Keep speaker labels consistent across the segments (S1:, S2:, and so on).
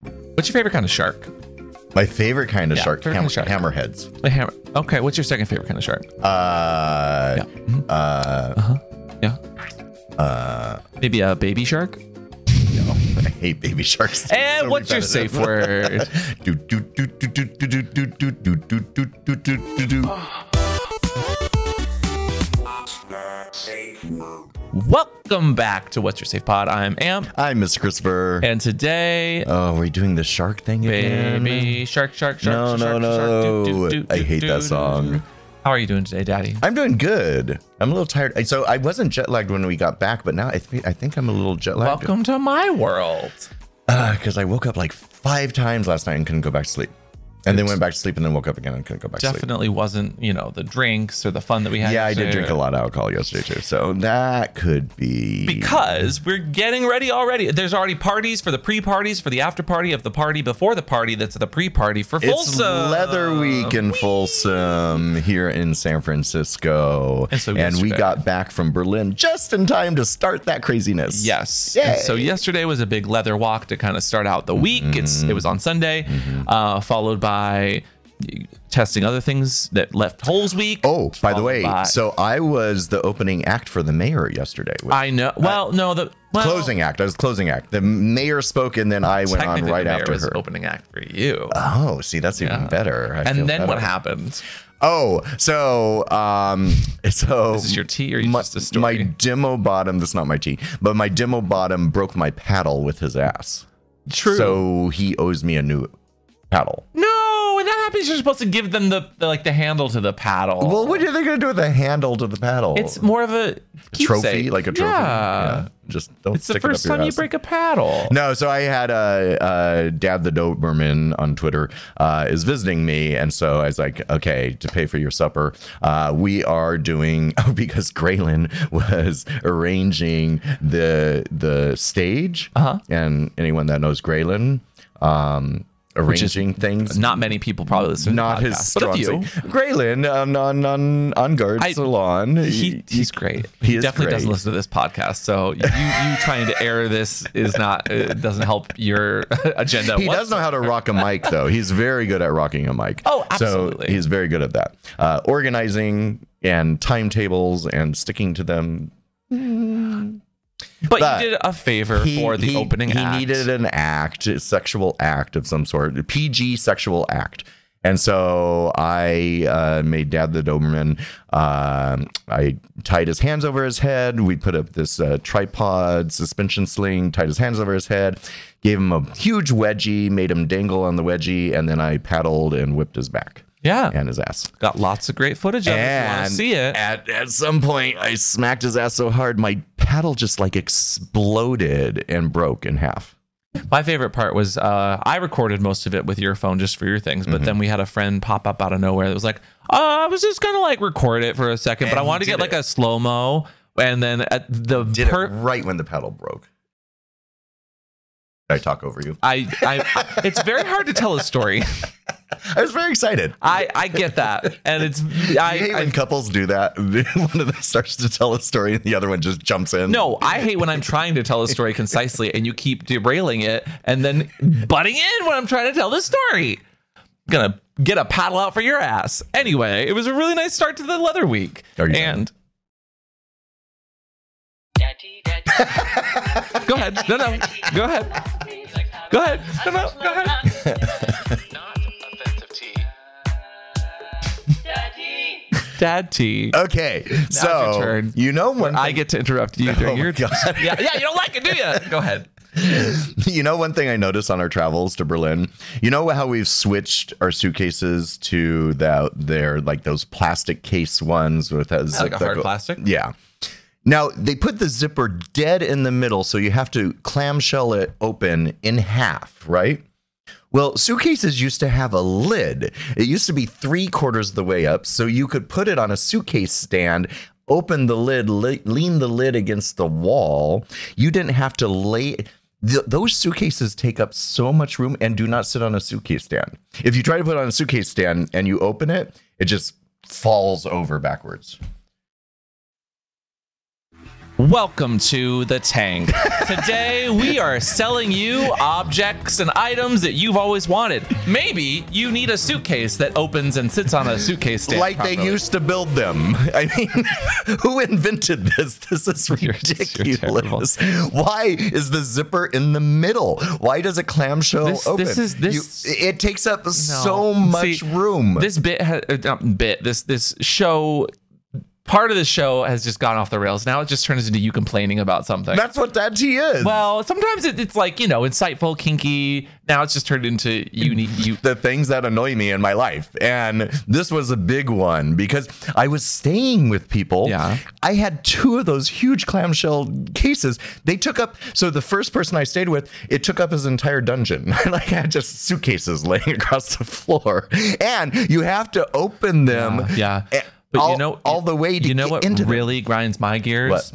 S1: What's your favorite kind of shark?
S2: My favorite kind of
S1: Yeah,
S2: shark,
S1: favorite
S2: ham-
S1: kind of shark.
S2: hammerheads.
S1: The hammer. Okay. What's your second favorite kind of shark?
S2: Uh,
S1: Yeah. mhm,
S2: uh,
S1: Yeah.
S2: uh,
S1: Maybe a baby shark.
S2: no, I hate baby sharks.
S1: And
S2: So
S1: Eh, what's your
S2: repetitive.
S1: safe word?
S2: Do, do, do, do, do, do, do, do, do, do, do, do, do, do, do, do.
S1: Oh. Welcome back to What's Your Safe Pod. I'm Amp,
S2: I'm Mr. Christopher.
S1: and today,
S2: Oh, we're doing the shark thing again.
S1: baby shark, shark, shark,
S2: No,
S1: shark,
S2: no,
S1: shark,
S2: no.
S1: shark, doo, doo, doo,
S2: I
S1: doo,
S2: hate
S1: doo,
S2: that
S1: doo, doo,
S2: song.
S1: doo. How are you doing today, Daddy?
S2: I'm doing good. I'm a little tired. So I wasn't jet lagged when we got back, but now I, th- I think I'm a little jet lagged.
S1: Welcome to my world.
S2: Because I woke up like five times last night and couldn't go back to sleep. And then went back to sleep and then woke up again and couldn't go back to sleep.
S1: Definitely wasn't, you know, the drinks or the fun that we had.
S2: Yeah, I did
S1: yesterday.
S2: drink a lot of alcohol yesterday too. So that could be.
S1: Because we're getting ready already. There's already parties for the pre-parties, for the after party of the party before the party that's the pre-party for
S2: It's
S1: Folsom.
S2: leather week in Folsom here in San Francisco.
S1: And so
S2: we
S1: yesterday.
S2: got back from Berlin just in time to start that craziness.
S1: Yes. And so
S2: Yay.
S1: yesterday was a big leather walk to kind of start out the week.
S2: Mm-hmm.
S1: It's it was on Sunday, uh, followed by testing other things that left holes week.
S2: Oh, by the
S1: followed
S2: way,
S1: by-
S2: so I was the opening act for the mayor yesterday. which-
S1: I know. Well, no, the well,
S2: Uh, closing act. I was closing act. The mayor spoke and then I went on
S1: technically
S2: right
S1: the mayor
S2: after
S1: was
S2: her.
S1: opening act for you.
S2: Oh, see, that's even better. I feel
S1: and then what
S2: better.
S1: happened?
S2: Oh, so um, so
S1: Is this your tea or you
S2: my,
S1: just a story?
S2: my demo bottom. That's not my tea, but my demo bottom broke my paddle with his ass.
S1: True.
S2: So he owes me a new paddle.
S1: no, when that happens, you're supposed to give them the, the like the handle to the paddle.
S2: Well, what are they gonna do with the handle to the paddle?
S1: it's more of a
S2: trophy,
S1: keepsake.
S2: like a trophy.
S1: Yeah.
S2: Just don't.
S1: It's the
S2: stick it up
S1: first
S2: your
S1: time you
S2: ass.
S1: break a paddle.
S2: No, so I had uh, uh, Dad the Doberman on Twitter uh, is visiting me, and so I was like, okay, to pay for your supper, uh, we are doing oh, because Graylin was arranging the the stage,
S1: Uh-huh.
S2: and anyone that knows Graylin, um,
S1: is
S2: arranging things.
S1: Not many people probably listen.
S2: not
S1: to the
S2: his
S1: podcast,
S2: strong
S1: but a few.
S2: suit. Graylin uh, on on on on guard
S1: I-
S2: salon.
S1: He, he's great.
S2: he
S1: He,
S2: is
S1: definitely
S2: great.
S1: doesn't listen to this podcast. So you, you trying to air this is not it doesn't help your agenda.
S2: He does know how to rock a mic, though. He's very good at rocking a mic.
S1: Oh, absolutely.
S2: So he's very good at that. Uh, organizing and timetables and sticking to them.
S1: But,
S2: but
S1: you did a favor for the
S2: he,
S1: opening
S2: he
S1: act.
S2: needed an act, a sexual act of some sort, a PG sexual act. And so I uh, made Dad the Doberman. um I tied his hands over his head. We put up this uh, tripod suspension sling, tied his hands over his head, gave him a huge wedgie, made him dangle on the wedgie, and then I paddled and whipped his back
S1: yeah.
S2: and his ass.
S1: Got lots of great footage of it. If you want
S2: And
S1: to see it.
S2: At, at some point, I smacked his ass so hard, my paddle just like exploded and broke in half.
S1: My favorite part was uh, I recorded most of it with your phone just for your things,
S2: Mm-hmm.
S1: but then we had a friend pop up out of nowhere that was like, "Oh, I was just gonna like record it for a second, but
S2: And
S1: I
S2: he
S1: wanted to
S2: did
S1: get like
S2: it.
S1: a slow mo." And then at the
S2: Did
S1: per-
S2: it right when the paddle broke. Did I talk over you?
S1: I, I, it's very hard to tell a story.
S2: I was very excited.
S1: I, I get that, and it's
S2: I hate when
S1: I, I
S2: couples do that. one of them starts to tell a story and the other one just jumps in.
S1: no, I hate when I'm trying to tell a story concisely and you keep derailing it and then butting in when I'm trying to tell the story. Gonna get a paddle out for your ass. Anyway, it was a really nice start to the leather week,
S2: Are you done?
S1: and
S3: Daddy, daddy,
S1: go ahead, no, no, go ahead, go ahead, no, no, go ahead.
S3: Not offensive tea. Daddy.
S1: Dad T,
S2: Okay. so
S1: your turn.
S2: you know when
S1: I get to interrupt you
S2: Oh
S1: during
S2: my
S1: your.
S2: God.
S1: Yeah, yeah, you don't like it, do you? Go ahead.
S2: you know one thing I noticed on our travels to Berlin. You know how we've switched our suitcases to that they're like those plastic case ones with that zip
S1: like a
S2: that
S1: hard plastic?
S2: Yeah. Now they put the zipper dead in the middle, so you have to clamshell it open in half, right? Well, suitcases used to have a lid. It used to be three quarters of the way up, so you could put it on a suitcase stand, open the lid, le- lean the lid against the wall. You didn't have to lay. Th- those suitcases take up so much room and do not sit on a suitcase stand. If you try to put it on a suitcase stand and you open it, it just falls over backwards.
S1: Welcome to the Tank. Today we are selling you objects and items that you've always wanted. Maybe you need a suitcase that opens and sits on a suitcase stand.
S2: like they
S1: properly.
S2: used to build them. I mean, who invented this? This is
S1: You're- you're
S2: ridiculous. Why is the zipper in the middle? Why does a clamshell
S1: This-
S2: open?
S1: this is- this-
S2: You- it takes up
S1: No.
S2: so
S1: See,
S2: much room.
S1: This bit, ha- uh, not bit this this show, part of the show has just gone off the rails. Now it just turns into you complaining about something.
S2: That's what that tea is.
S1: well, sometimes it, it's like you know insightful, kinky. Now it's just turned into you need you.
S2: the things that annoy me in my life. And this was a big one because I was staying with people.
S1: Yeah.
S2: I had two of those huge clamshell cases. They took up, so the first person I stayed with, it took up his entire dungeon. like I had just suitcases laying across the floor. And you have to open them.
S1: Yeah.
S2: a-
S1: But
S2: Eh, all,
S1: you know
S2: all the way to
S1: you know
S2: get
S1: what
S2: into them.
S1: really grinds my gears?
S2: What?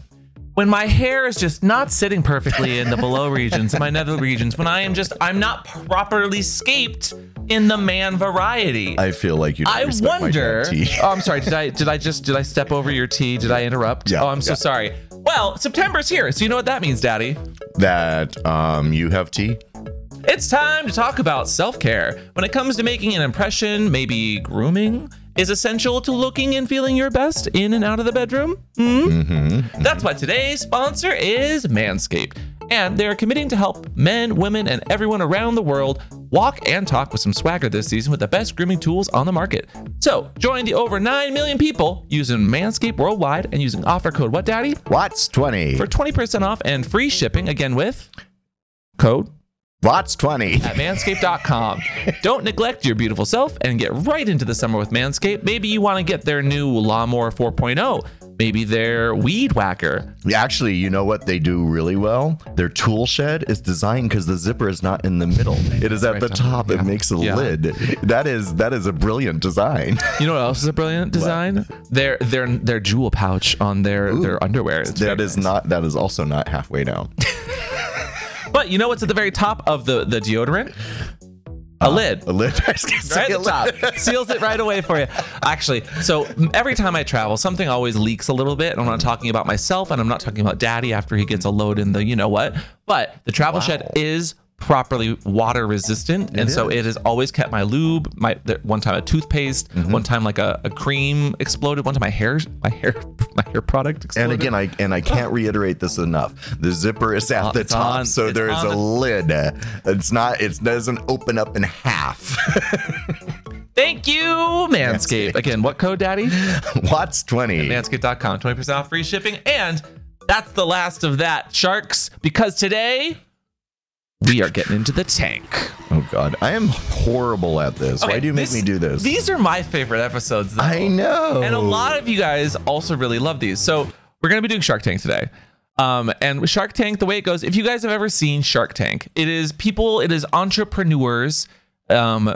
S1: When my hair is just not sitting perfectly in the below regions, in my nether regions, when I am just I'm not properly scaped in the man variety.
S2: I feel like you. Don't
S1: I
S2: respect my
S1: wonder.
S2: tea.
S1: Oh, I'm sorry. Did I did I just did I step over your tea? Did I interrupt?
S2: Yeah,
S1: oh, I'm so
S2: yeah.
S1: sorry. Well, September's here, so you know what that means, Daddy.
S2: that um, you have tea.
S1: It's time to talk about self care. When it comes to making an impression, maybe grooming is essential to looking and feeling your best in and out of the bedroom. Hmm? That's why today's sponsor is Manscaped. And they're committing to help men, women, and everyone around the world walk and talk with some swagger this season with the best grooming tools on the market. So join the over 9 million people using Manscaped worldwide and using offer code What Daddy
S2: Watts twenty.
S1: for 20% off and free shipping again with code
S2: Watts twenty.
S1: at manscaped.com. Don't neglect your beautiful self and get right into the summer with Manscaped. Maybe you want to get their new Lawnmower 4.0, maybe their Weed Whacker.
S2: Actually, you know what they do really well? Their tool shed is designed because the zipper is not in the middle. It is at the top. It makes a
S1: Yeah.
S2: lid. That is that is a brilliant design.
S1: You know what else is a brilliant design? Their their their jewel pouch on their their underwear. It's
S2: that
S1: very
S2: is not that is also not halfway down.
S1: nice. But you know what's at the very top of the the deodorant?
S2: Uh,
S1: A lid.
S2: A lid. I was gonna say
S1: right
S2: a
S1: at the
S2: lid.
S1: top. Seals it right away for you. Actually, so every time I travel, something always leaks a little bit. I'm not talking about myself and I'm not talking about daddy after he gets a load in the you know what. But the travel shed is properly water resistant and so it has always kept my lube my the, one time a toothpaste one time like a, a cream exploded one time my hair my hair my hair product
S2: And
S1: exploded
S2: again, I and I can't reiterate this enough. The zipper is at the
S1: Oh, it's
S2: top,
S1: on-
S2: so
S1: it's
S2: there is
S1: on
S2: a
S1: the-
S2: lid. It's not. It doesn't open up in half.
S1: thank you manscaped again what code daddy
S2: Watts twenty.
S1: manscaped.com 20% off free shipping and that's the last of that sharks because today we are getting into the tank
S2: Oh God, I am horrible at this. Why
S1: Okay,
S2: do you make
S1: this-
S2: me do this?
S1: these are my favorite episodes though.
S2: I know.
S1: and a lot of you guys also really love these so we're gonna be doing shark tank today um, and with shark tank the way it goes if you guys have ever seen shark tank it is people it is entrepreneurs um,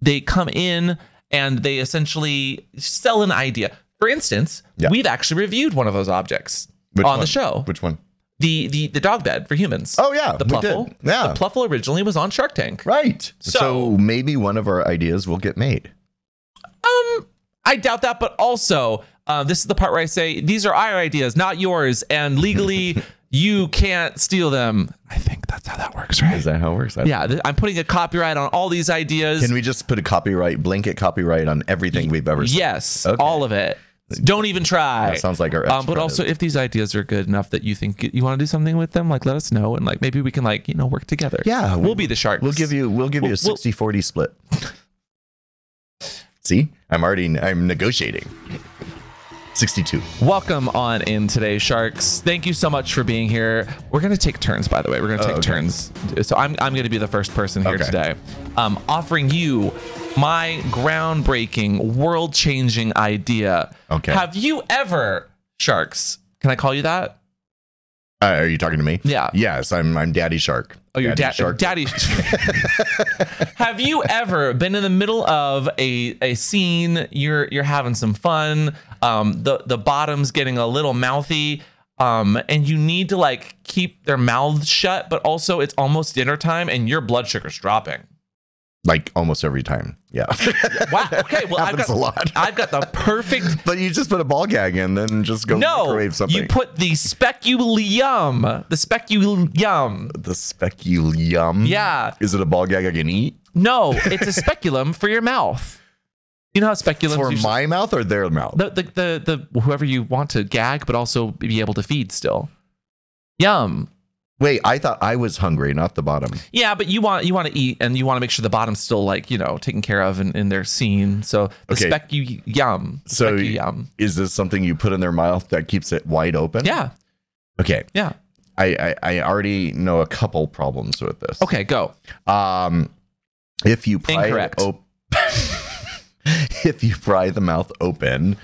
S1: they come in and they essentially sell an idea for instance
S2: Yeah.
S1: we've actually reviewed one of those objects
S2: Which
S1: on
S2: one?
S1: the show
S2: Which one?
S1: the the the dog bed for humans.
S2: Oh, yeah,
S1: the
S2: we
S1: pluffle.
S2: did. Yeah.
S1: the pluffle originally was on Shark Tank.
S2: Right. So,
S1: So-
S2: maybe one of our ideas will get made.
S1: Um, I doubt that, but also uh, this is the part where I say these are our ideas, not yours, and legally you can't steal them. I think that's how that works, right?
S2: Is that how it works?
S1: Yeah, th- I'm putting a copyright on all these ideas.
S2: Can we just put a copyright, blanket copyright on everything we've ever seen?
S1: yes,
S2: Okay.
S1: all of it. Don't even try.
S2: That sounds like our
S1: Um, but
S2: extra
S1: also, if these ideas are good enough that you think you want to do something with them, like let us know, and like maybe we can like you know work together.
S2: Yeah,
S1: we'll,
S2: we-
S1: be the sharks.
S2: We'll give you we'll give you a
S1: We'll- we'll-
S2: 60 40 split. See? I'm already I'm negotiating. 62.
S1: Welcome on in today, Sharks. Thank you so much for being here. We're gonna take turns, by the way. We're gonna take
S2: okay.
S1: turns. So I'm, I'm gonna be the first person here
S2: Okay.
S1: today, um, offering you my groundbreaking, world-changing idea.
S2: Okay.
S1: Have you ever, Sharks? Can I call you that?
S2: Uh, are you talking to me?
S1: Yeah.
S2: Yes, I'm I'm Daddy Shark.
S1: Oh, your dad,
S2: Shark.
S1: daddy. Have you ever been in the middle of a a scene? You're you're having some fun. Um, the the bottom's getting a little mouthy. Um, and you need to like keep their mouths shut, but also it's almost dinner time and your blood sugar's dropping.
S2: like almost every time. Yeah.
S1: Wow. Okay. Well, I've got
S2: Happens a lot.
S1: I've got the perfect.
S2: but you just put a ball gag in, then just go
S1: no,
S2: microwave something.
S1: you put the speculum. The speculum.
S2: the speculum.
S1: Yeah.
S2: Is it a ball gag I can eat?
S1: No, it's a speculum for your mouth. You know how speculums
S2: For
S1: usually-
S2: my mouth or their mouth?
S1: the, the the the whoever you want to gag, but also be able to feed still. Yum.
S2: Wait, I thought I was hungry, not the bottom.
S1: Yeah, but you want you want to eat and you want to make sure the bottom's still like you know taken care of and in their scene. So the
S2: Okay.
S1: spec you yum. The
S2: So-
S1: specu- yum.
S2: Is this something you put in their mouth that keeps it wide open?
S1: Yeah,
S2: Okay.
S1: yeah.
S2: I, I, I already know a couple problems with this.
S1: Okay, go.
S2: Um, if you pry
S1: Incorrect.
S2: It op- if you pry the mouth open,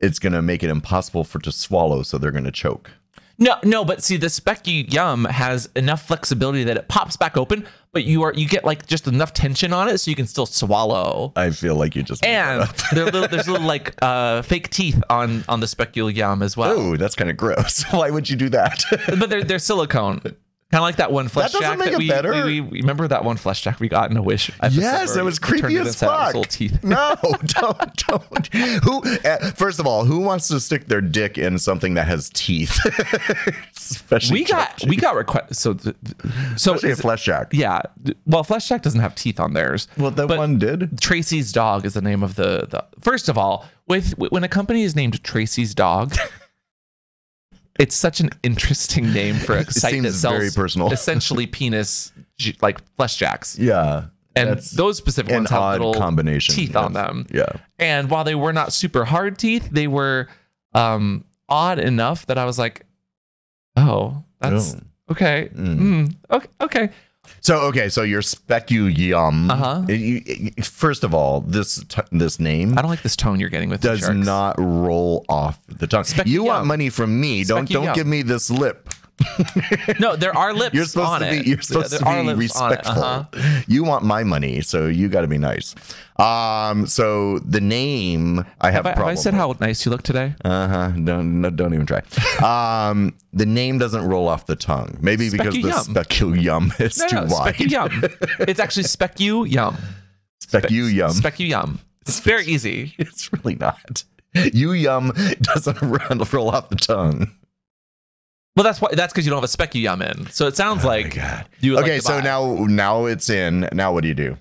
S2: it's gonna make it impossible for it to swallow, so they're gonna choke.
S1: No, no, but see the specky yum has enough flexibility that it pops back open, but you are you get like just enough tension on it so you can still swallow.
S2: I feel like you just
S1: And there are little, there's little like uh, fake teeth on on the specular yum as well.
S2: oh, that's kind of gross. Why would you do that?
S1: but they're they're silicone. Kind of like that one flesh
S2: doesn't
S1: jack
S2: make it
S1: we,
S2: better.
S1: We, we- remember that one flesh jack we got in a wish. episode
S2: yes,
S1: where
S2: it was
S1: we turned
S2: creepy as
S1: inside out,
S2: fuck.
S1: His little teeth.
S2: no, don't, don't. Who? Uh, first of all, who wants to stick their dick in something that has teeth? Especially
S1: We got we got requests. So th- so
S2: especially a
S1: is-
S2: flesh jack.
S1: yeah. d- Well, flesh jack doesn't have teeth on theirs.
S2: Well, that
S1: but
S2: one did.
S1: Tracy's dog is the name of the the. First of all, with when a company is named Tracy's dog. It's such an interesting name for a site that
S2: seems
S1: sells
S2: very personal.
S1: essentially penis j- like flesh jacks,
S2: Yeah,
S1: and
S2: that's
S1: those specific
S2: an
S1: ones have
S2: odd
S1: little
S2: combination.
S1: teeth on
S2: Yes.
S1: them.
S2: Yeah.
S1: And while they were not super hard teeth, they were um, odd enough that I was like, "Oh, that's
S2: Oh.
S1: okay.
S2: Mm.
S1: Mm, okay, okay.
S2: So okay, so your speculum.
S1: Uh-huh.
S2: It- you- it- first of all, this t- this name
S1: I don't like this tone you're getting with me,
S2: does
S1: Sharks.
S2: not roll off the tongue. you want
S1: Speculum.
S2: money from me? Don't
S1: Speculum.
S2: don't give me this lip.
S1: No, there are lips.
S2: You're supposed
S1: on
S2: to be
S1: it.
S2: you're supposed
S1: There
S2: to
S1: are
S2: be
S1: lips on it,
S2: respectful.
S1: uh-huh.
S2: You want my money, so you got to be nice. Um, so the name I have,
S1: Have, I,
S2: a
S1: have
S2: problem.
S1: I said how nice you look today?
S2: Uh huh. Don't no, don't even try. Um, the name doesn't roll off the tongue. Maybe because the
S1: Speculum.
S2: speculum is
S1: No,
S2: too
S1: no,
S2: wide.
S1: specu yum. It's actually specu yum.
S2: Speculum.
S1: Specu yum. It's very easy.
S2: It's really not. You yum doesn't run, roll off the tongue.
S1: Well, that's why. That's because you don't have a specu yum in. So it sounds like
S2: Oh God.
S1: you. would like
S2: Okay,
S1: to
S2: so
S1: buy.
S2: now now it's in. Now what do you do?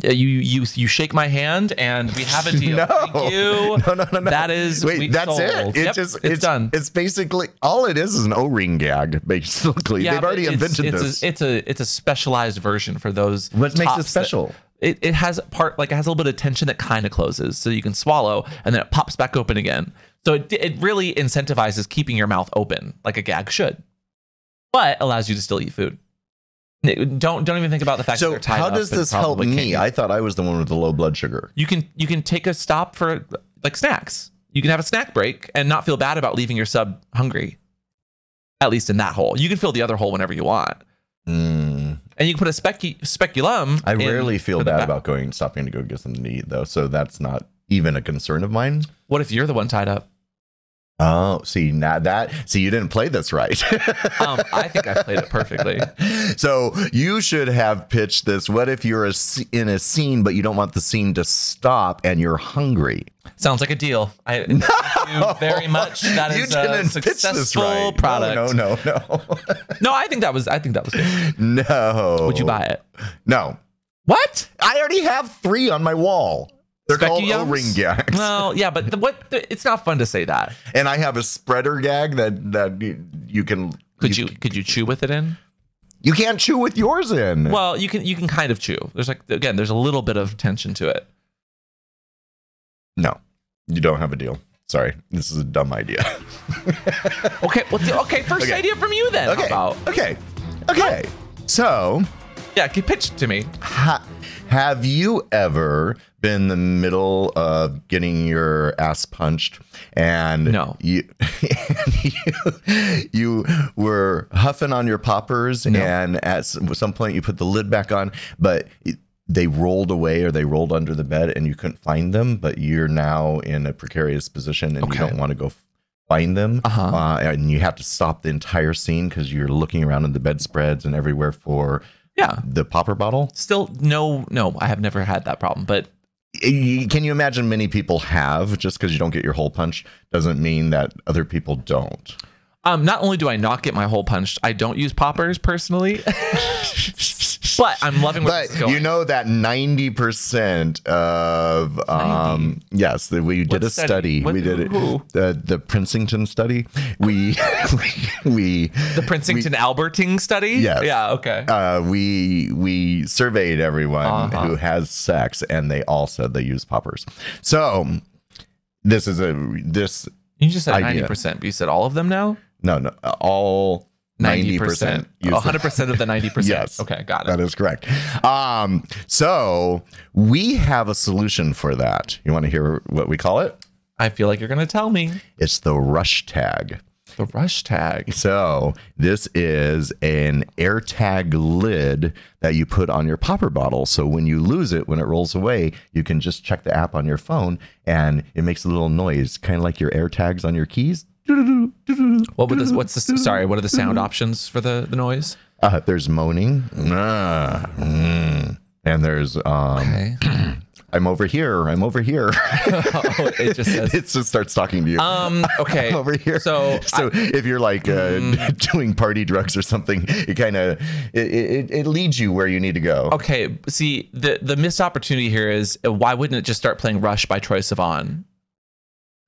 S1: Yeah, you you you shake my hand and we have a deal.
S2: No.
S1: Thank you.
S2: No, no, no, no.
S1: That is
S2: Wait,
S1: we
S2: that's
S1: sold.
S2: it. It's
S1: Yep,
S2: just
S1: it's done.
S2: It's basically all it is is an O-ring gag. Basically, they've
S1: but
S2: already
S1: it's-
S2: invented
S1: it's
S2: this.
S1: A, it's a it's a specialized version for those.
S2: what makes it
S1: tops that-
S2: special?
S1: it, it has part like it has a little bit of tension that kind of closes, so you can swallow, and then it pops back open again. So it it really incentivizes keeping your mouth open like a gag should, but allows you to still eat food. N- Don't don't even think about the fact that
S2: so
S1: they're tied
S2: how
S1: up
S2: does
S1: and
S2: this help
S1: probably
S2: me?
S1: can't eat.
S2: I thought I was the one with the low blood sugar.
S1: you can you can take a stop for like snacks. You can have a snack break and not feel bad about leaving your sub hungry. At least in that hole, you can fill the other hole whenever you want,
S2: Mm,
S1: and you can put a specu- speculum.
S2: I
S1: in
S2: rarely
S1: for
S2: feel
S1: the
S2: bad
S1: back.
S2: about going stopping to go get something to eat though, so that's not even a concern of mine.
S1: What if you're the one tied up?
S2: Oh, see now that see you didn't play this right.
S1: Um, I think I played it perfectly.
S2: so you should have pitched this. What if you're a, sc- in a scene, but you don't want the scene to stop, and you're hungry?
S1: Sounds like a deal. I thank you very much. That is
S2: you
S1: a
S2: didn't pitch this
S1: successful
S2: right.
S1: product.
S2: No, no, no,
S1: No, I think that was. I think that was. Good.
S2: no. no.
S1: Would you buy it?
S2: No,
S1: What?
S2: I already have three on my wall. They're called
S1: Speculums?
S2: O-ring gags,
S1: Well, yeah, but the, what? The, it's not fun to say that.
S2: and I have a spreader gag that that you- you can
S1: Could you could you chew with it in?
S2: you can't chew with yours in.
S1: Well, you can you can kind of chew. There's like again, there's a little bit of tension to it.
S2: no, you don't have a deal. Sorry, this is a dumb idea.
S1: Okay, well, th- okay. First
S2: Okay.
S1: idea from you then. how
S2: Okay.
S1: About
S2: Okay. Okay. So,
S1: yeah, can pitch it to me.
S2: ha- have you ever been in the middle of getting your ass punched and
S1: No.
S2: you and you, you were huffing on your poppers
S1: No.
S2: and at some, some point you put the lid back on, but it- they rolled away or they rolled under the bed and you couldn't find them, but you're now in a precarious position and
S1: Okay.
S2: you don't want to go find them
S1: Uh-huh.
S2: uh, and you have to stop the entire scene because you're looking around in the bedspreads and everywhere for
S1: Yeah.
S2: the popper bottle.
S1: Still, no, no, I have never had that problem. But
S2: Y- Can you imagine many people have just because you don't get your hole punched doesn't mean that other people don't.
S1: um, not only do I not get my hole punched, I don't use poppers personally. but I'm loving where this
S2: But
S1: is going.
S2: you know that 90% of um yes, that we did
S1: What
S2: a
S1: study?
S2: study.
S1: What-
S2: we did it
S1: who?
S2: the the Princeton study. We we,
S1: the Princeton Alberting study?
S2: Yes.
S1: Yeah, okay.
S2: uh, we we surveyed everyone
S1: Uh-huh.
S2: who has sex and they all said they use poppers. So this is a this
S1: you just said
S2: idea.
S1: 90%, but you said all of them now?
S2: no no all 90%
S1: 90%.
S2: use
S1: 100% of the 90%.
S2: Yes.
S1: Okay, got it.
S2: That is correct. Um, so we have a solution for that. You want to hear what we call it?
S1: I feel like you're going to tell me.
S2: It's the rush tag.
S1: The rush tag.
S2: So this is an air tag lid that you put on your popper bottle. So when you lose it, when it rolls away, you can just check the app on your phone and it makes a little noise, kind of like your air tags on your keys. Doo-doo-doo, doo-doo-doo.
S1: What would this? What's the? Sorry, what are the sound options for the the noise?
S2: Uh, there's moaning. Ah, mm. And there's um,
S1: Okay,
S2: I'm over here. I'm over here.
S1: oh, it just says.
S2: it just starts talking to you.
S1: Um. Okay.
S2: I'm over here.
S1: So, Mm.
S2: so if you're like uh, doing party drugs or something, it kind of it, it it leads you where you need to go.
S1: okay. See, the the missed opportunity here is uh, why wouldn't it just start playing Rush by Troy Sivan?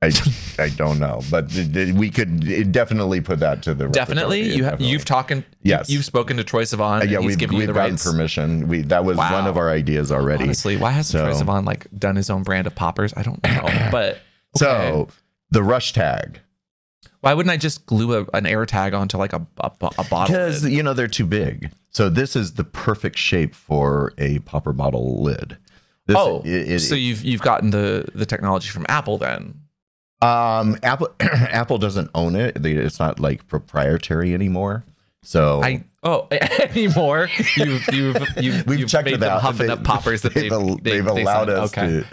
S2: I, I don't know, but th- th- we could definitely put that to the
S1: Definitely.
S2: repertoire.
S1: You have
S2: Definitely.
S1: you've talking.
S2: Yes.
S1: You've spoken to Troy Sivan.
S2: Uh,
S1: and
S2: yeah,
S1: he's
S2: we've,
S1: given you
S2: we've
S1: the
S2: gotten
S1: rights.
S2: permission. We that was one
S1: Wow.
S2: of our ideas already.
S1: Honestly, why hasn't Troy
S2: So-
S1: Sivan like done his own brand of poppers? I don't know, but. okay.
S2: So the rush tag
S1: why wouldn't I just glue a, an air tag onto like a a, a bottle? lid?
S2: because you know they're too big. So this is the perfect shape for a popper bottle lid. This,
S1: oh,
S2: it- it-
S1: so you've you've gotten the the technology from Apple then?
S2: Um, Apple Apple doesn't own it. They, it's not like proprietary anymore. So
S1: I oh anymore? You've you've you've,
S2: we've
S1: you've
S2: checked
S1: made
S2: it
S1: them
S2: out.
S1: huff
S2: They-
S1: enough poppers that they've they-
S2: al- they've
S1: they
S2: allowed
S1: said,
S2: us to.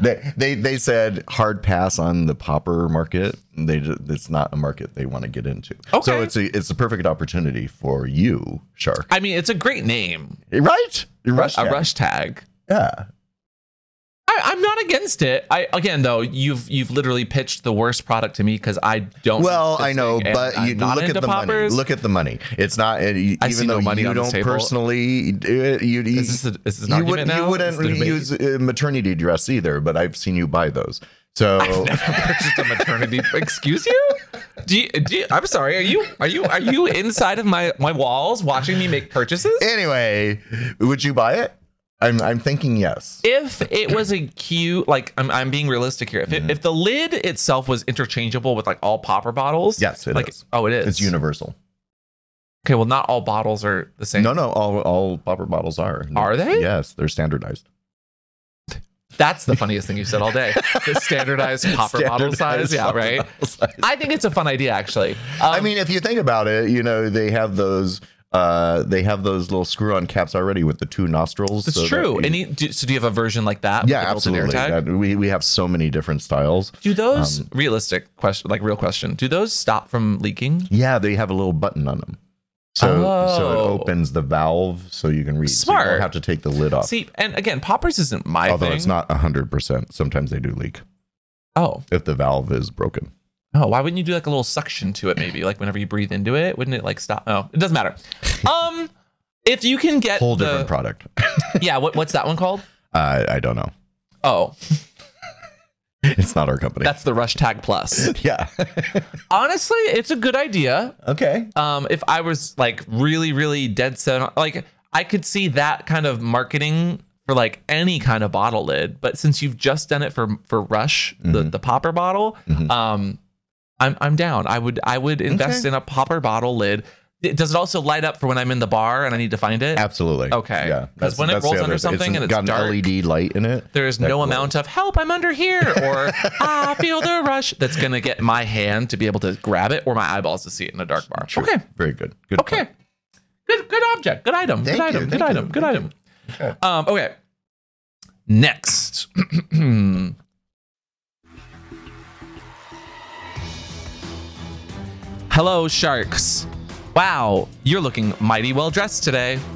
S2: They, they they said hard pass on the popper market. They ju- it's not a market they want to get into.
S1: Okay.
S2: So it's a it's a perfect opportunity for you, Shark.
S1: I mean, it's a great name.
S2: Right? Rush
S1: a
S2: tag.
S1: rush tag.
S2: Yeah.
S1: I, I'm not against it. I again though, you've you've literally pitched the worst product to me because I don't.
S2: Well,
S1: do
S2: I know,
S1: fisting and
S2: but
S1: I'm
S2: you
S1: not
S2: look at
S1: into
S2: the money. Look at the money. It's not it,
S1: I see
S2: even
S1: no
S2: though
S1: money
S2: you
S1: on this
S2: don't
S1: table.
S2: personally do it. You, you,
S1: is this, a, is this an
S2: you
S1: argument
S2: wouldn't,
S1: now?
S2: you
S1: Is the
S2: wouldn't
S1: debate?
S2: use uh, maternity dress either, but I've seen you buy those. So
S1: purchased a maternity. Excuse you? Do you, do you? I'm sorry. Are you are you are you inside of my my walls watching me make purchases?
S2: anyway, would you buy it? I'm I'm thinking yes.
S1: if it was a cute like I'm, I'm being realistic here if,
S2: Mm-hmm.
S1: it, if the lid itself was interchangeable with like all popper bottles
S2: Yes, it
S1: like
S2: is.
S1: oh it is
S2: It's universal.
S1: okay well not all bottles are the same
S2: No, no, all all popper bottles are.
S1: Are they?
S2: Yes, they're standardized.
S1: that's the funniest thing you've said all day the standardized popper bottle size
S2: Standardized
S1: yeah
S2: popper
S1: right
S2: bottle size.
S1: i think it's a fun idea actually um,
S2: I mean, if you think about it, you know they have those. Uh, they have those little screw-on caps already with the two nostrils.
S1: it's
S2: so that
S1: true
S2: you-
S1: and you- do, so do you have a version like that with
S2: yeah,
S1: the built-in air
S2: absolutely.
S1: tag?
S2: um, That- we we have so many different styles.
S1: do those realistic question like real question do those stop from leaking
S2: Yeah, they have a little button on them. So so it
S1: Oh.
S2: opens the valve so you can read. So you
S1: Smart.
S2: don't have to take the lid off.
S1: see and again poppers isn't my
S2: Although
S1: thing
S2: it's not 100%. Sometimes they do leak
S1: oh
S2: if the valve is broken.
S1: Oh, why wouldn't you do like a little suction to it? Maybe like whenever you breathe into it, wouldn't it like stop? Oh, it doesn't matter. Um, if you can get
S2: Whole
S1: the-
S2: different product.
S1: yeah, what, what's that one called?
S2: I I don't know.
S1: Oh,
S2: It's not our company.
S1: that's the Rush Tag Plus.
S2: yeah.
S1: Honestly, it's a good idea.
S2: okay.
S1: Um, if I was like really, really dead set, on, like I could see that kind of marketing for like any kind of bottle lid. But since you've just done it for for Rush, the
S2: Mm-hmm.
S1: the popper bottle,
S2: Mhm.
S1: um, I'm I'm down. I would I would invest
S2: Okay.
S1: in a popper bottle lid. It- Does it also light up for when I'm in the bar and I need to find it?
S2: Absolutely.
S1: Okay.
S2: Yeah.
S1: 'Cause when it
S2: the
S1: rolls
S2: other
S1: under
S2: thing.
S1: something and it's
S2: got
S1: dark-
S2: an LED E light in it.
S1: There is
S2: that
S1: no
S2: glows.
S1: amount of help, I'm under here, or I feel the rush that's gonna get my hand to be able to grab it or my eyeballs to see it in a dark bar.
S2: True.
S1: Okay.
S2: Very good. Good.
S1: Okay. Good good object. Good item.
S2: Thank
S1: good
S2: you,
S1: item.
S2: thank
S1: Good
S2: you,
S1: item. Good
S2: thank
S1: item. Um, okay. Next. Hello, sharks. Wow, you're looking mighty well dressed today.
S2: point.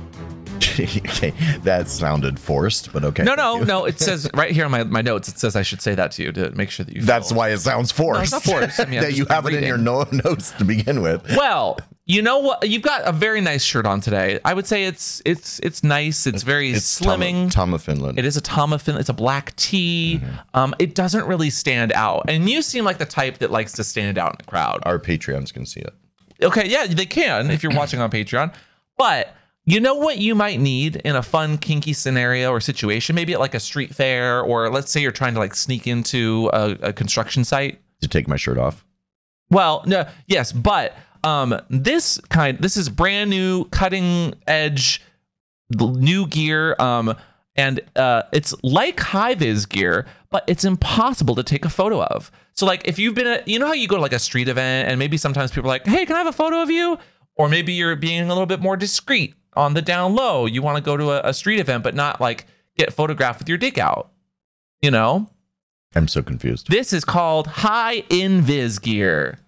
S2: okay, that sounded forced, but okay.
S1: No, no, no. It says right here on my, my notes. It says I should say that to you to make sure that you.
S2: That's
S1: feel-
S2: why it sounds
S1: No, it's
S2: forced.
S1: not forced. I mean, I'm
S2: that
S1: just-
S2: you
S1: I'm
S2: have it in
S1: reading.
S2: your no- notes to begin with.
S1: Well, you know what? You've got a very nice shirt on today. I would say it's it's it's nice. It's very slimming.
S2: Tom, Tom of Finland.
S1: It is a Tom of Finland. It's a black tee. Um, it doesn't really stand out. And you seem like the type that likes to stand out in the crowd.
S2: Our Patreons can see it.
S1: Okay, yeah, they can if you're watching on Patreon. But you know what you might need in a fun kinky scenario or situation, maybe at like a street fair, or let's say you're trying to like sneak into a, a construction site.
S2: To take my shirt off.
S1: Well, no, yes, but um, this kind, this is brand new, cutting edge, l- new gear, um, and uh, it's like high vis gear, but it's impossible to take a photo of. So, like, if you've been, at, you know how you go to like a street event, and maybe sometimes people are like, "Hey, can I have a photo of you?" Or maybe you're being a little bit more discreet on the down low. You want to go to a, a street event, but not like get photographed with your dick out. You know,
S2: I'm so confused.
S1: this is called high in vis gear.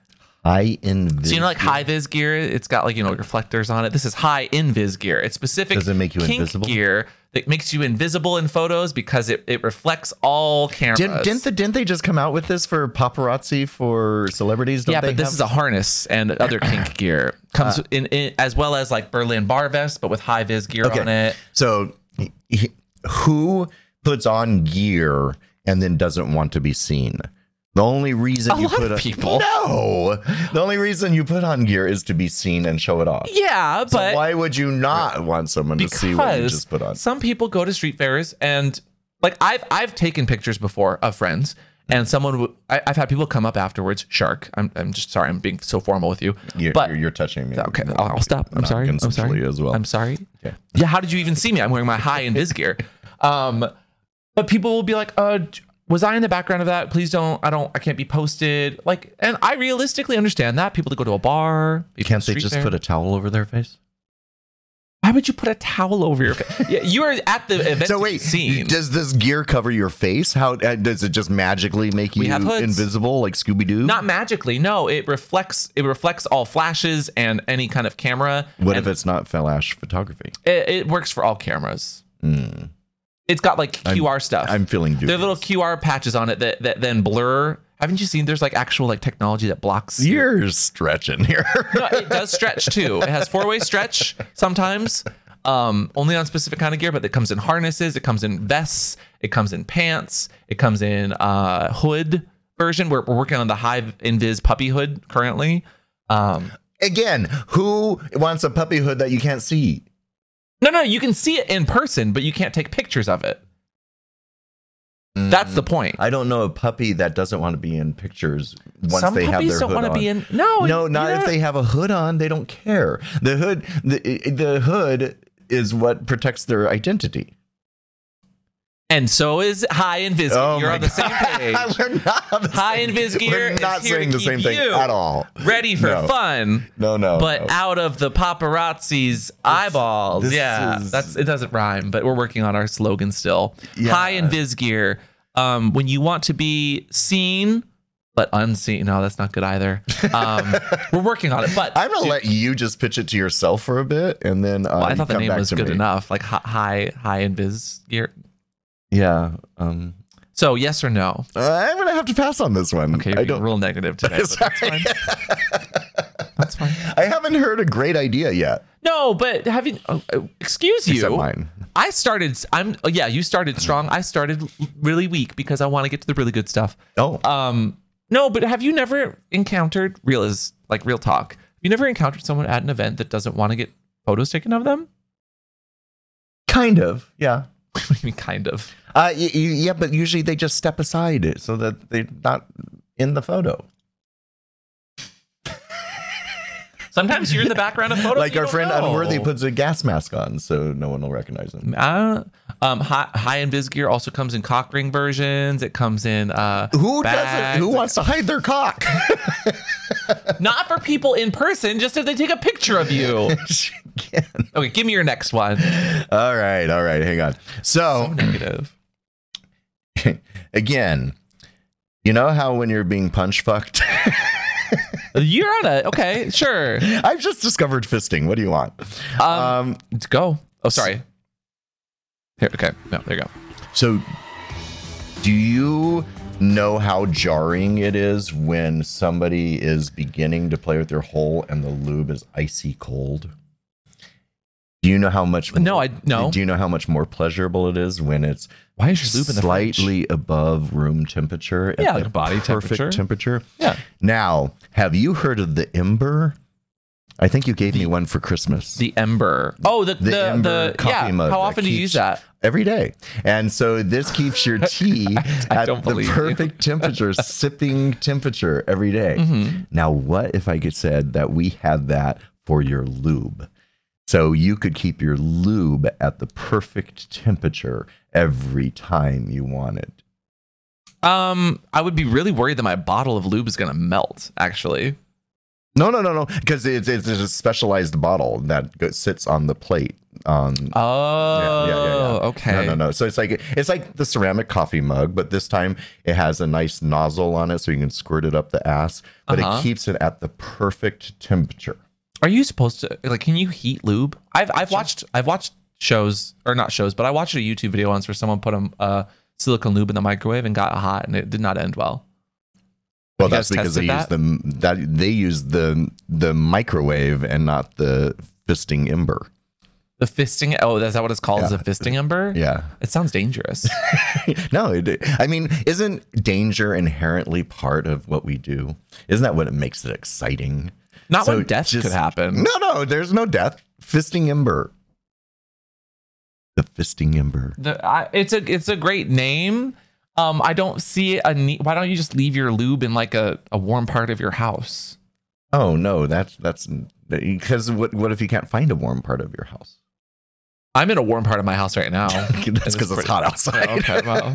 S2: I envision.
S1: So you know, like high vis gear, it's got like you know reflectors on it. This is high invis gear. It's specific.
S2: Does it make you
S1: kink
S2: invisible?
S1: Gear that makes you invisible in photos because it, it reflects all cameras.
S2: Didn't, didn't, the, didn't they just come out with this for paparazzi for celebrities? Don't
S1: yeah,
S2: they
S1: but this
S2: have- Uh.
S1: is a harness and other kink gear comes in, in as well as like Berlin bar vests, but with high vis gear
S2: Okay.
S1: on it.
S2: So, he- he- who puts on gear and then doesn't want to be seen? The only reason
S1: A
S2: you
S1: lot
S2: put
S1: of
S2: on-
S1: people.
S2: No, the only reason you put on gear is to be seen and show it off.
S1: Yeah,
S2: So
S1: but
S2: why would you not want someone to see what you
S1: Because
S2: just put on?
S1: Some people go to street fairs and like I've I've taken pictures before of friends and someone would I, I've had people come up afterwards. Shark, I'm I'm just sorry I'm being so formal with you,
S2: You're,
S1: but
S2: you're, you're touching me.
S1: okay, I'll, I'll stop. I'm sorry. I'm sorry.
S2: Non-consensually as well.
S1: I'm sorry. Yeah. How did you even see me? I'm wearing my high and biz gear. Um, but people will be like, uh, d- was I in the background of that? Please don't. I don't. I can't be posted. Like, and I realistically understand that people that go to a bar. people
S2: Can't
S1: to
S2: they
S1: street
S2: just
S1: fair.
S2: put a towel over their face?
S1: Why would you put a towel over your face? Yeah, you are at the event.
S2: So wait,
S1: scene.
S2: does this gear cover your face? How uh, does it just magically make
S1: We
S2: you
S1: have hoods.
S2: invisible like Scooby Doo?
S1: not magically. No, it reflects. It reflects all flashes and any kind of camera.
S2: What
S1: and
S2: if it's not flash photography?
S1: it, it works for all cameras?
S2: Mm.
S1: It's got like QR stuff.
S2: I'm feeling
S1: There are
S2: dubious.
S1: little QR patches on it that, that then blur. Haven't you seen? There's like actual like technology that blocks.
S2: You're stretching here.
S1: No, it does stretch too. It has four way stretch sometimes. Um, only on specific kind of gear, but it comes in harnesses, it comes in vests, it comes in pants, it comes in uh, hood version. We're, we're working on the high invis puppy hood currently. Um,
S2: Again, who wants a puppy hood that you can't see?
S1: no, no, you can see it in person, but you can't take pictures of it.
S2: Mm.
S1: That's the point.
S2: I don't know a puppy that doesn't want to be in pictures once they have their hood
S1: wanna
S2: on.
S1: be in. No,
S2: no,
S1: you
S2: not if
S1: know-
S2: they have a hood on. They don't care. The hood, the, the hood is what protects their identity.
S1: And so is high and Vizzy.
S2: Oh
S1: You're
S2: my
S1: on the same page.
S2: We're not on the
S1: High
S2: same-
S1: and Viz Gear
S2: We're
S1: is
S2: not
S1: here to
S2: saying the
S1: keep
S2: same thing
S1: you.
S2: at all.
S1: Ready for
S2: No.
S1: fun,
S2: No, no.
S1: but
S2: no.
S1: out of the paparazzi's eyeballs.
S2: this
S1: yeah,
S2: is-
S1: that's it. Doesn't rhyme, but we're working on our slogan still.
S2: Yeah.
S1: High and Viz Gear. Um, when you want to be seen but unseen. No, that's not good either. Um, we're working on it, but
S2: I'm gonna let you just pitch it to yourself for a bit, and then uh,
S1: Well, I
S2: you
S1: thought the
S2: come
S1: name
S2: back
S1: was
S2: to
S1: good
S2: me.
S1: enough. Like hi- high, high and Viz Gear.
S2: Yeah, um,
S1: So yes or no?
S2: Uh, I'm gonna have to pass on this one.
S1: Okay,
S2: I
S1: you're being
S2: don't.
S1: real negative today. but that's
S2: Sorry.
S1: fine. That's fine.
S2: I haven't heard a great idea yet.
S1: No, but having oh, oh, excuse you.
S2: Except mine.
S1: I started. I'm oh, yeah. You started strong. I started really weak because I want to get to the really good stuff.
S2: Oh,
S1: Um, no, but have you never encountered real is like real talk? You never encountered someone at an event that doesn't want to get photos taken of them?
S2: kind of. Yeah.
S1: What do you mean, kind of?
S2: Uh, y- y- yeah, but usually they just step aside it so that they're not in the photo.
S1: Sometimes you're in the background of photos.
S2: like
S1: you
S2: our
S1: don't
S2: friend
S1: know.
S2: Unworthy puts a gas mask on, so no one will recognize him.
S1: Uh, um, high, high end biz gear also comes in cock ring versions. It comes in uh,
S2: Who
S1: bags.
S2: doesn't? Who wants to hide their cock?
S1: Not for people in person, just if they take a picture of you. Okay, give me your next one.
S2: all right, all right, hang on. So
S1: Negative.
S2: again, you know how when you're being punch fucked,
S1: You're on a okay, sure.
S2: I've just discovered fisting. What do you want?
S1: Um,
S2: Um,
S1: Let's go. Oh, sorry. Here, okay. No, there you go.
S2: So, do you know how jarring it is when somebody is beginning to play with their hole and the lube is icy cold? Do you know how much?
S1: No, I- no.
S2: Do you know how much more pleasurable it is when it's
S1: Why is your lube in the fridge?
S2: slightly above room temperature? at
S1: Yeah,
S2: the
S1: like body
S2: perfect
S1: temperature.
S2: temperature.
S1: Yeah.
S2: Now, have you heard of the ember? I think you gave me one for Christmas.
S1: The ember. Oh, the the, the,
S2: ember
S1: yeah.
S2: mug
S1: How
S2: that
S1: often do you
S2: keeps-
S1: use that?
S2: Every day. And so this keeps your tea
S1: I
S2: at
S1: don't
S2: the
S1: believe you.
S2: perfect temperature, sipping temperature every day.
S1: Mm-hmm.
S2: Now, what if I could said that we had that for your lube? So you could keep your lube at the perfect temperature every time you wanted.
S1: Um, I would be really worried that my bottle of lube is gonna melt. Actually,
S2: No, no, no, no, because it's, it's a specialized bottle that go- sits on the plate. Um,
S1: Oh,
S2: yeah, yeah, yeah.
S1: okay.
S2: No, no, no. So it's like it's like the ceramic coffee mug, but this time it has a nice nozzle on it, so you can squirt it up the ass. But
S1: Uh-huh.
S2: it keeps it at the perfect temperature.
S1: Are you supposed to like? Can you heat lube? I've I've watched I've watched shows or not shows, but I watched a YouTube video once where someone put a uh, silicone lube in the microwave and got hot, and it did not end well.
S2: Well,
S1: you
S2: that's
S1: guys
S2: because they
S1: tested
S2: use the that they use the the microwave and not the fisting ember.
S1: The fisting. Oh, is that what it's called? Is a fisting ember?
S2: Yeah.
S1: It sounds dangerous.
S2: no, it, I mean, isn't danger inherently part of what we do? Isn't that what it makes it exciting?
S1: Not
S2: So
S1: when death
S2: just-
S1: could happen.
S2: No, no, there's no death. Fisting ember. The fisting ember.
S1: The, I, it's a it's a great name. Um, I don't see a need. Why don't you just leave your lube in like a, a warm part of your house?
S2: Oh no, that's that's because what what if you can't find a warm part of your house?
S1: I'm in a warm part of my house right now.
S2: that's because it's
S1: pretty-
S2: hot outside.
S1: okay, well.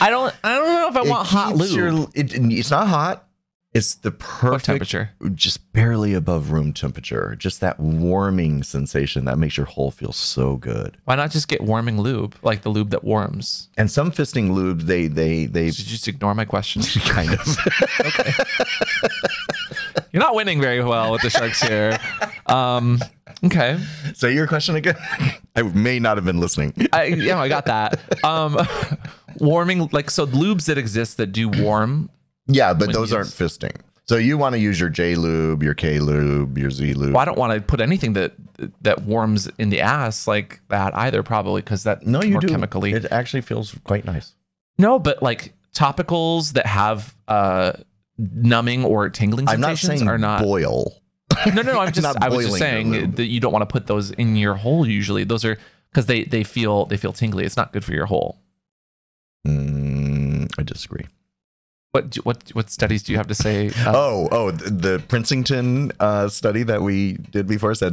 S1: I don't I don't know if I
S2: It
S1: want hot
S2: keeps
S1: lube.
S2: your- it- it's not hot. It's the
S1: What
S2: perfect
S1: temperature?
S2: just barely above room temperature. Just that warming sensation that makes your hole feel so good.
S1: Why not just get warming lube, like the lube that warms?
S2: And some fisting lubes, they they they
S1: Did you just ignore my question?
S2: kind of.
S1: You're not winning very well with the sharks here. Um, okay,
S2: so your question again? I may not have been listening.
S1: I, yeah, I got that. Um, warming, like so, lubes that exist that do warm.
S2: Yeah, but
S1: When
S2: those aren't
S1: used.
S2: fisting. So you want to use your J lube, your K lube, your Z lube.
S1: Well, I don't want to put anything that that warms in the ass like that either, probably because that
S2: no, you
S1: more
S2: do
S1: chemically.
S2: It actually feels quite nice.
S1: no, but like topicals that have uh numbing or tingling
S2: I'm not
S1: sensations
S2: saying
S1: are not
S2: boil.
S1: No, no, no. I'm just.
S2: Not
S1: I was just
S2: boiling your
S1: saying
S2: lube.
S1: that you don't want to put those in your hole. Usually, those are because they they feel they feel tingly. It's not good for your hole.
S2: Mm, I disagree.
S1: What do- what what studies do you have to say? Uh,
S2: Oh, oh, th- the Princeton uh, study that we did before said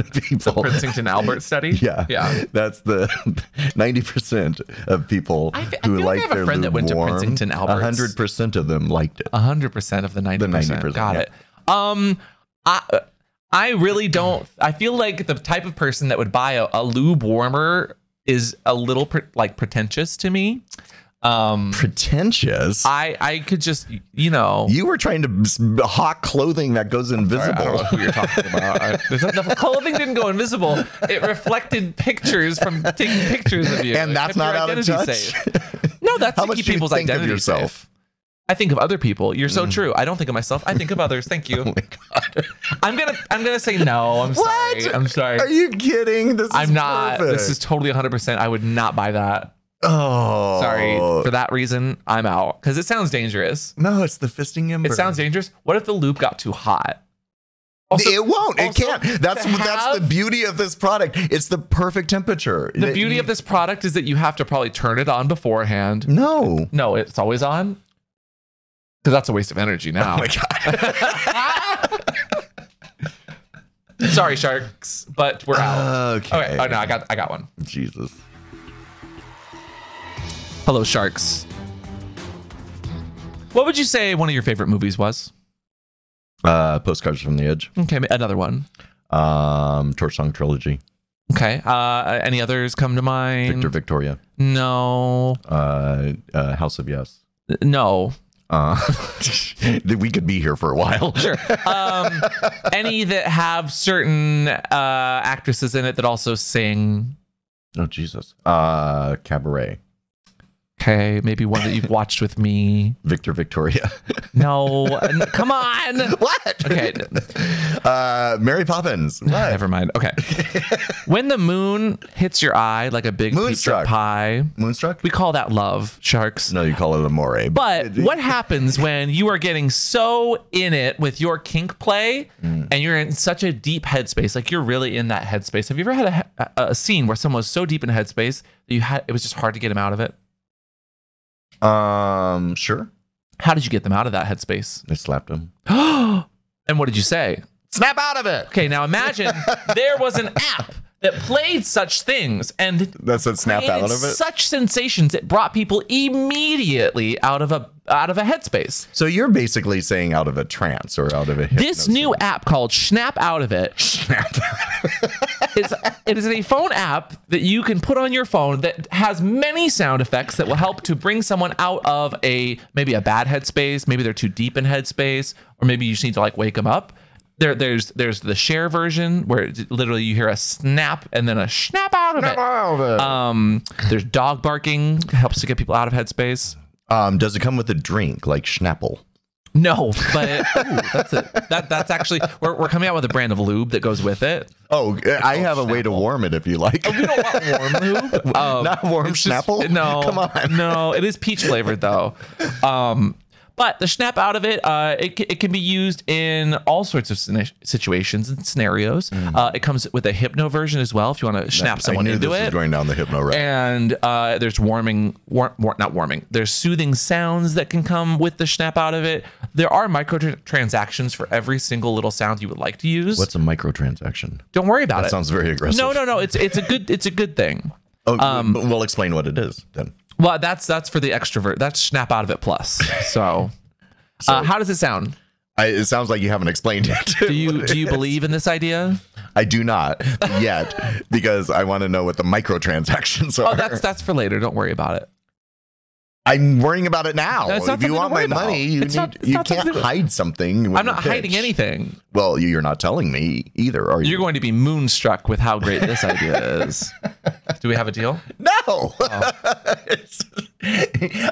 S2: of people.
S1: Princeton Albert study.
S2: Oh. Yeah,
S1: yeah.
S2: That's the 90% of people
S1: I fe- I
S2: who
S1: feel like I
S2: like
S1: have a
S2: their
S1: friend that
S2: lube
S1: went to
S2: warm,
S1: Princeton Alberts.
S2: 100% of them liked it.
S1: hundred percent of the ninety percent.
S2: 90%,
S1: Got
S2: yeah.
S1: it. Um, I I really don't. I feel like the type of person that would buy a, a lube warmer is a little pre- like pretentious to me. Um,
S2: Pretentious.
S1: I I could just you know
S2: you were trying to s- hawk clothing that goes invisible.
S1: I don't know who you're talking about. I- there's not- the clothing didn't go invisible. It reflected pictures from taking pictures of you. It
S2: and
S1: kept
S2: that's
S1: your
S2: not out of
S1: identity
S2: touch.
S1: safe. No, that's
S2: How
S1: to
S2: much
S1: keep
S2: do you
S1: people's
S2: think of
S1: identity
S2: yourself? Mm.
S1: safe. I think of other people. You're so true. I don't think of myself. I think of others. Thank
S2: Oh
S1: you. I'm gonna I'm gonna say no. I'm
S2: What?
S1: sorry. I'm sorry.
S2: Are you kidding? This is
S1: I'm not. This
S2: perfect.
S1: is totally 100. percent I would not buy that.
S2: oh
S1: Sorry for that reason. I'm out because it sounds dangerous.
S2: No, it's the fisting ember.
S1: It sounds dangerous. What if the loop got too hot? Also-
S2: it won't. It
S1: also,
S2: can't. That's
S1: to
S2: that's the
S1: have-
S2: beauty of this product. It's the perfect temperature.
S1: The beauty of this product is that you have to probably turn it on beforehand.
S2: Mm. no.
S1: No, it's always on. Because that's a waste of energy now.
S2: Oh my god.
S1: Sorry, sharks, but we're out.
S2: okay.
S1: okay. Oh no, I got I got one.
S2: Jesus.
S1: Hello, sharks. What would you say one of your favorite movies was?
S2: Uh, postcards from the edge.
S1: Okay, another one.
S2: Um, torch song trilogy.
S1: Okay. Uh, any others come to mind?
S2: Victor Victoria.
S1: No.
S2: Uh, uh, House of Yes.
S1: No.
S2: Uh, we could be here for a while.
S1: Sure. Um, any that have certain uh, actresses in it that also sing
S2: Oh Jesus. Uh Cabaret.
S1: Okay, maybe one that you've watched with me.
S2: Victor Victoria.
S1: No, n- come on.
S2: what?
S1: Okay.
S2: Uh Mary Poppins. What?
S1: Never mind. Okay. When the moon hits your eye like a big
S2: Moonstruck.
S1: pizza pie,
S2: Moonstruck?
S1: we call that love, sharks.
S2: No, you call it amore.
S1: But what happens when you are getting so in it with your kink play
S2: Mm.
S1: and you're in such a deep headspace? Like you're really in that headspace. Have you ever had a, a, a scene where someone was so deep in a headspace that you had it was just hard to get them out of it?
S2: Um, sure.
S1: How did you get them out of that headspace?
S2: I slapped him.
S1: and what did you say?
S2: Snap out of it.
S1: Okay, now imagine there was an app that played such things and
S2: That's a snap out
S1: created
S2: of it.
S1: such sensations it brought people immediately out of a out of a headspace.
S2: So you're basically saying out of a trance or out of a
S1: This new app called Snap Out of It
S2: snap.
S1: It's it is a phone app that you can put on your phone that has many sound effects that will help to bring someone out of a maybe a bad headspace, maybe they're too deep in headspace, or maybe you just need to like wake them up. There, there's there's the share version where it- literally you hear a snap and then a snap out of it.
S2: out of it.
S1: Um, there's dog barking helps to get people out of headspace.
S2: Um, does it come with a drink like Schnapple?
S1: No, but it, ooh, that's a, that that's actually we're, we're coming out with a brand of lube that goes with it.
S2: Oh, I have a way to warm it if you like.
S1: You don't want warm lube. Um,
S2: Not warm
S1: it's just-
S2: Schnapple?
S1: no,
S2: Come on.
S1: No, it is peach flavored though. Um, but the snap out of it, uh, it, ca- it can be used in all sorts of sina- situations and scenarios. Uh, it comes with a hypno version as well if you want to snap someone
S2: Hmm. I knew
S1: into
S2: this
S1: it.
S2: was going down the hypno route.
S1: and uh, there's warming, war- war- not warming. There's soothing sounds that can come with the snap out of it. There are microtransactions for every single little sound you would like to use.
S2: What's a microtransaction?
S1: Don't worry about
S2: That
S1: it.
S2: sounds very aggressive.
S1: no, no, no. It's it's a good it's a good thing.
S2: Oh, but we'll explain what it is then.
S1: Well, that's that's for the extrovert. That's snap out of it plus. So, uh, how does it sound?
S2: I, it sounds like you haven't explained it.
S1: Do you do you believe in this idea?
S2: I do not yet because I want to know what the microtransactions are.
S1: Oh, that's that's for later. Don't worry about it.
S2: I'm worrying about it now.
S1: No, it's not
S2: if you
S1: something
S2: want
S1: to worry
S2: my money,
S1: about.
S2: you
S1: It's
S2: need,
S1: not- it's
S2: you
S1: not
S2: can't
S1: something to-
S2: hide something. when
S1: I'm not
S2: you
S1: hiding
S2: pitch.
S1: anything.
S2: Well, you- you're not telling me either, are you?
S1: You're going to be moonstruck with how great this idea is. Do we have a deal? Oh.
S2: No. It's-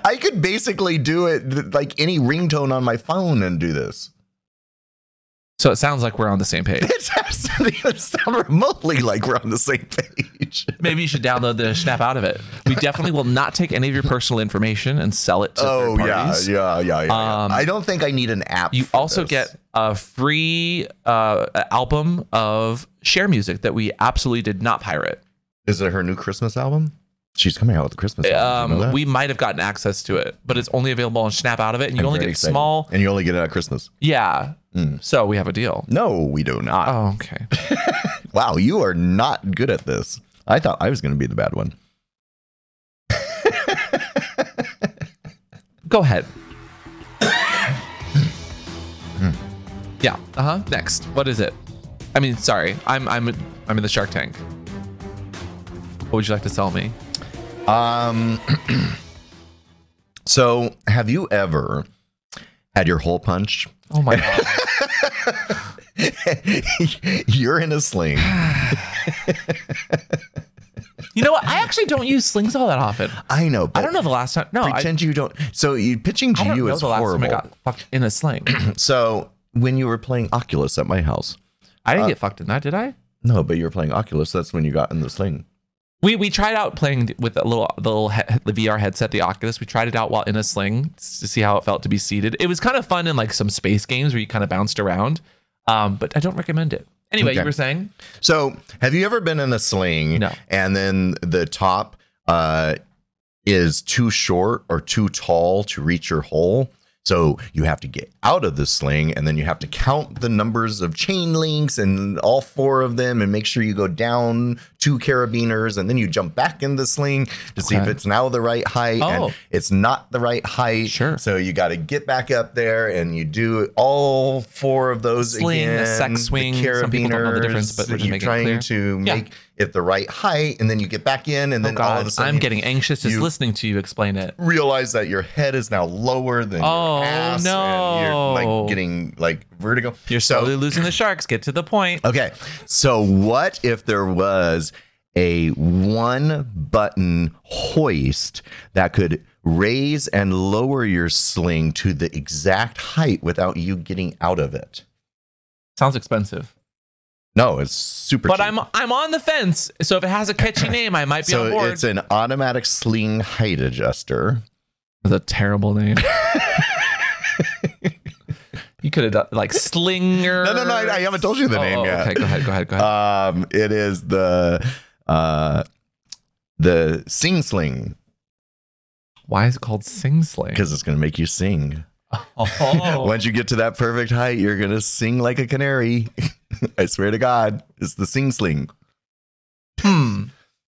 S2: I could basically do it th- like any ringtone on my phone and do this.
S1: So it sounds like we're on the same page.
S2: It doesn't even sound remotely like we're on the same page.
S1: Maybe you should download the snap out of it. We definitely will not take any of your personal information and sell it to
S2: Oh
S1: third
S2: yeah,
S1: parties.
S2: yeah, yeah, yeah. yeah.
S1: Um,
S2: I don't think I need an app.
S1: You
S2: for
S1: also
S2: this.
S1: get a free uh, album of share music that we absolutely did not pirate.
S2: Is it her new Christmas album? She's coming out with a Christmas album. Did you know
S1: um,
S2: that?
S1: we might have gotten access to it, but it's only available on Snap out of it, and you
S2: I'm
S1: only
S2: very Mm.
S1: get
S2: excited.
S1: small.
S2: and you only get it at Christmas.
S1: Yeah. So we have a deal.
S2: No, we do not.
S1: Oh, okay.
S2: Wow, you are not good at this. I thought I was going to be the bad one.
S1: Go ahead. yeah. Uh huh. Next. What is it? I mean, sorry. I'm I'm I'm in the Shark Tank. What would you like to sell me?
S2: Um, so have you ever had your hole punched?
S1: Oh my god.
S2: You're in a sling.
S1: you know what? I actually don't use slings all that often.
S2: I know, but
S1: I don't know the last time. No, I,
S2: pretend you don't. So you pitching
S1: I
S2: to
S1: don't
S2: you
S1: know
S2: is
S1: the last
S2: horrible.
S1: time I got fucked in a sling.
S2: So when you were playing Oculus at my house,
S1: I
S2: Uh,
S1: didn't get fucked in that, did I?
S2: no, but you were playing Oculus. That's when you got in the sling.
S1: We we tried out playing with a little the little he- the VR headset, the Oculus. We tried it out while in a sling s- to see how it felt to be seated. It was kind of fun in like some space games where you kind of bounced around, um, but I don't recommend it. Anyway,
S2: Okay.
S1: you were saying
S2: So, have you ever been in a sling
S1: No.
S2: and then the top uh, is too short or too tall to reach your hole? So, you have to get out of the sling and then you have to count the numbers of chain links and all four of them and make sure you go down two carabiners and then you jump back in the sling to see if
S1: Okay.
S2: it's now the right height.
S1: Oh.
S2: And it's not the right height.
S1: Sure.
S2: So, you got to get back up there and you do all four of those
S1: Sling, a
S2: again.
S1: sex
S2: the
S1: swing. Some people don't know the difference,
S2: carabiners
S1: but we're just
S2: that you're
S1: making it clear.
S2: trying to
S1: Yeah.
S2: make it the right height, and then you get back in,
S1: oh
S2: and then all of
S1: god,
S2: a sudden
S1: I'm
S2: you
S1: getting anxious just
S2: you-
S1: listening to you explain it.
S2: realize that your head is now lower than
S1: Oh,
S2: your ass, and you're
S1: no.
S2: like getting like vertigo.
S1: You're slowly losing the sharks. Get to the point.
S2: Okay, so what if there was a one button hoist that could raise and lower your sling to the exact height without you getting out of it.
S1: Sounds expensive.
S2: No, it's super
S1: But
S2: cheap.
S1: I'm I'm on the fence. So if it has a catchy name, I might be on
S2: so
S1: board.
S2: it's an automatic sling height adjuster.
S1: That's a terrible name. you could have done like Slinger.
S2: No, no, no, I- I haven't told you the
S1: Oh,
S2: name
S1: oh,
S2: yet.
S1: Okay, go ahead, go ahead, go ahead.
S2: Um, it is the uh, the sing sling
S1: Why is it called Sing Sling?
S2: because it's going to make you sing.
S1: Oh.
S2: Once you get to that perfect height, you're going to sing like a canary. I swear to God, it's the sing sling.
S1: hmm.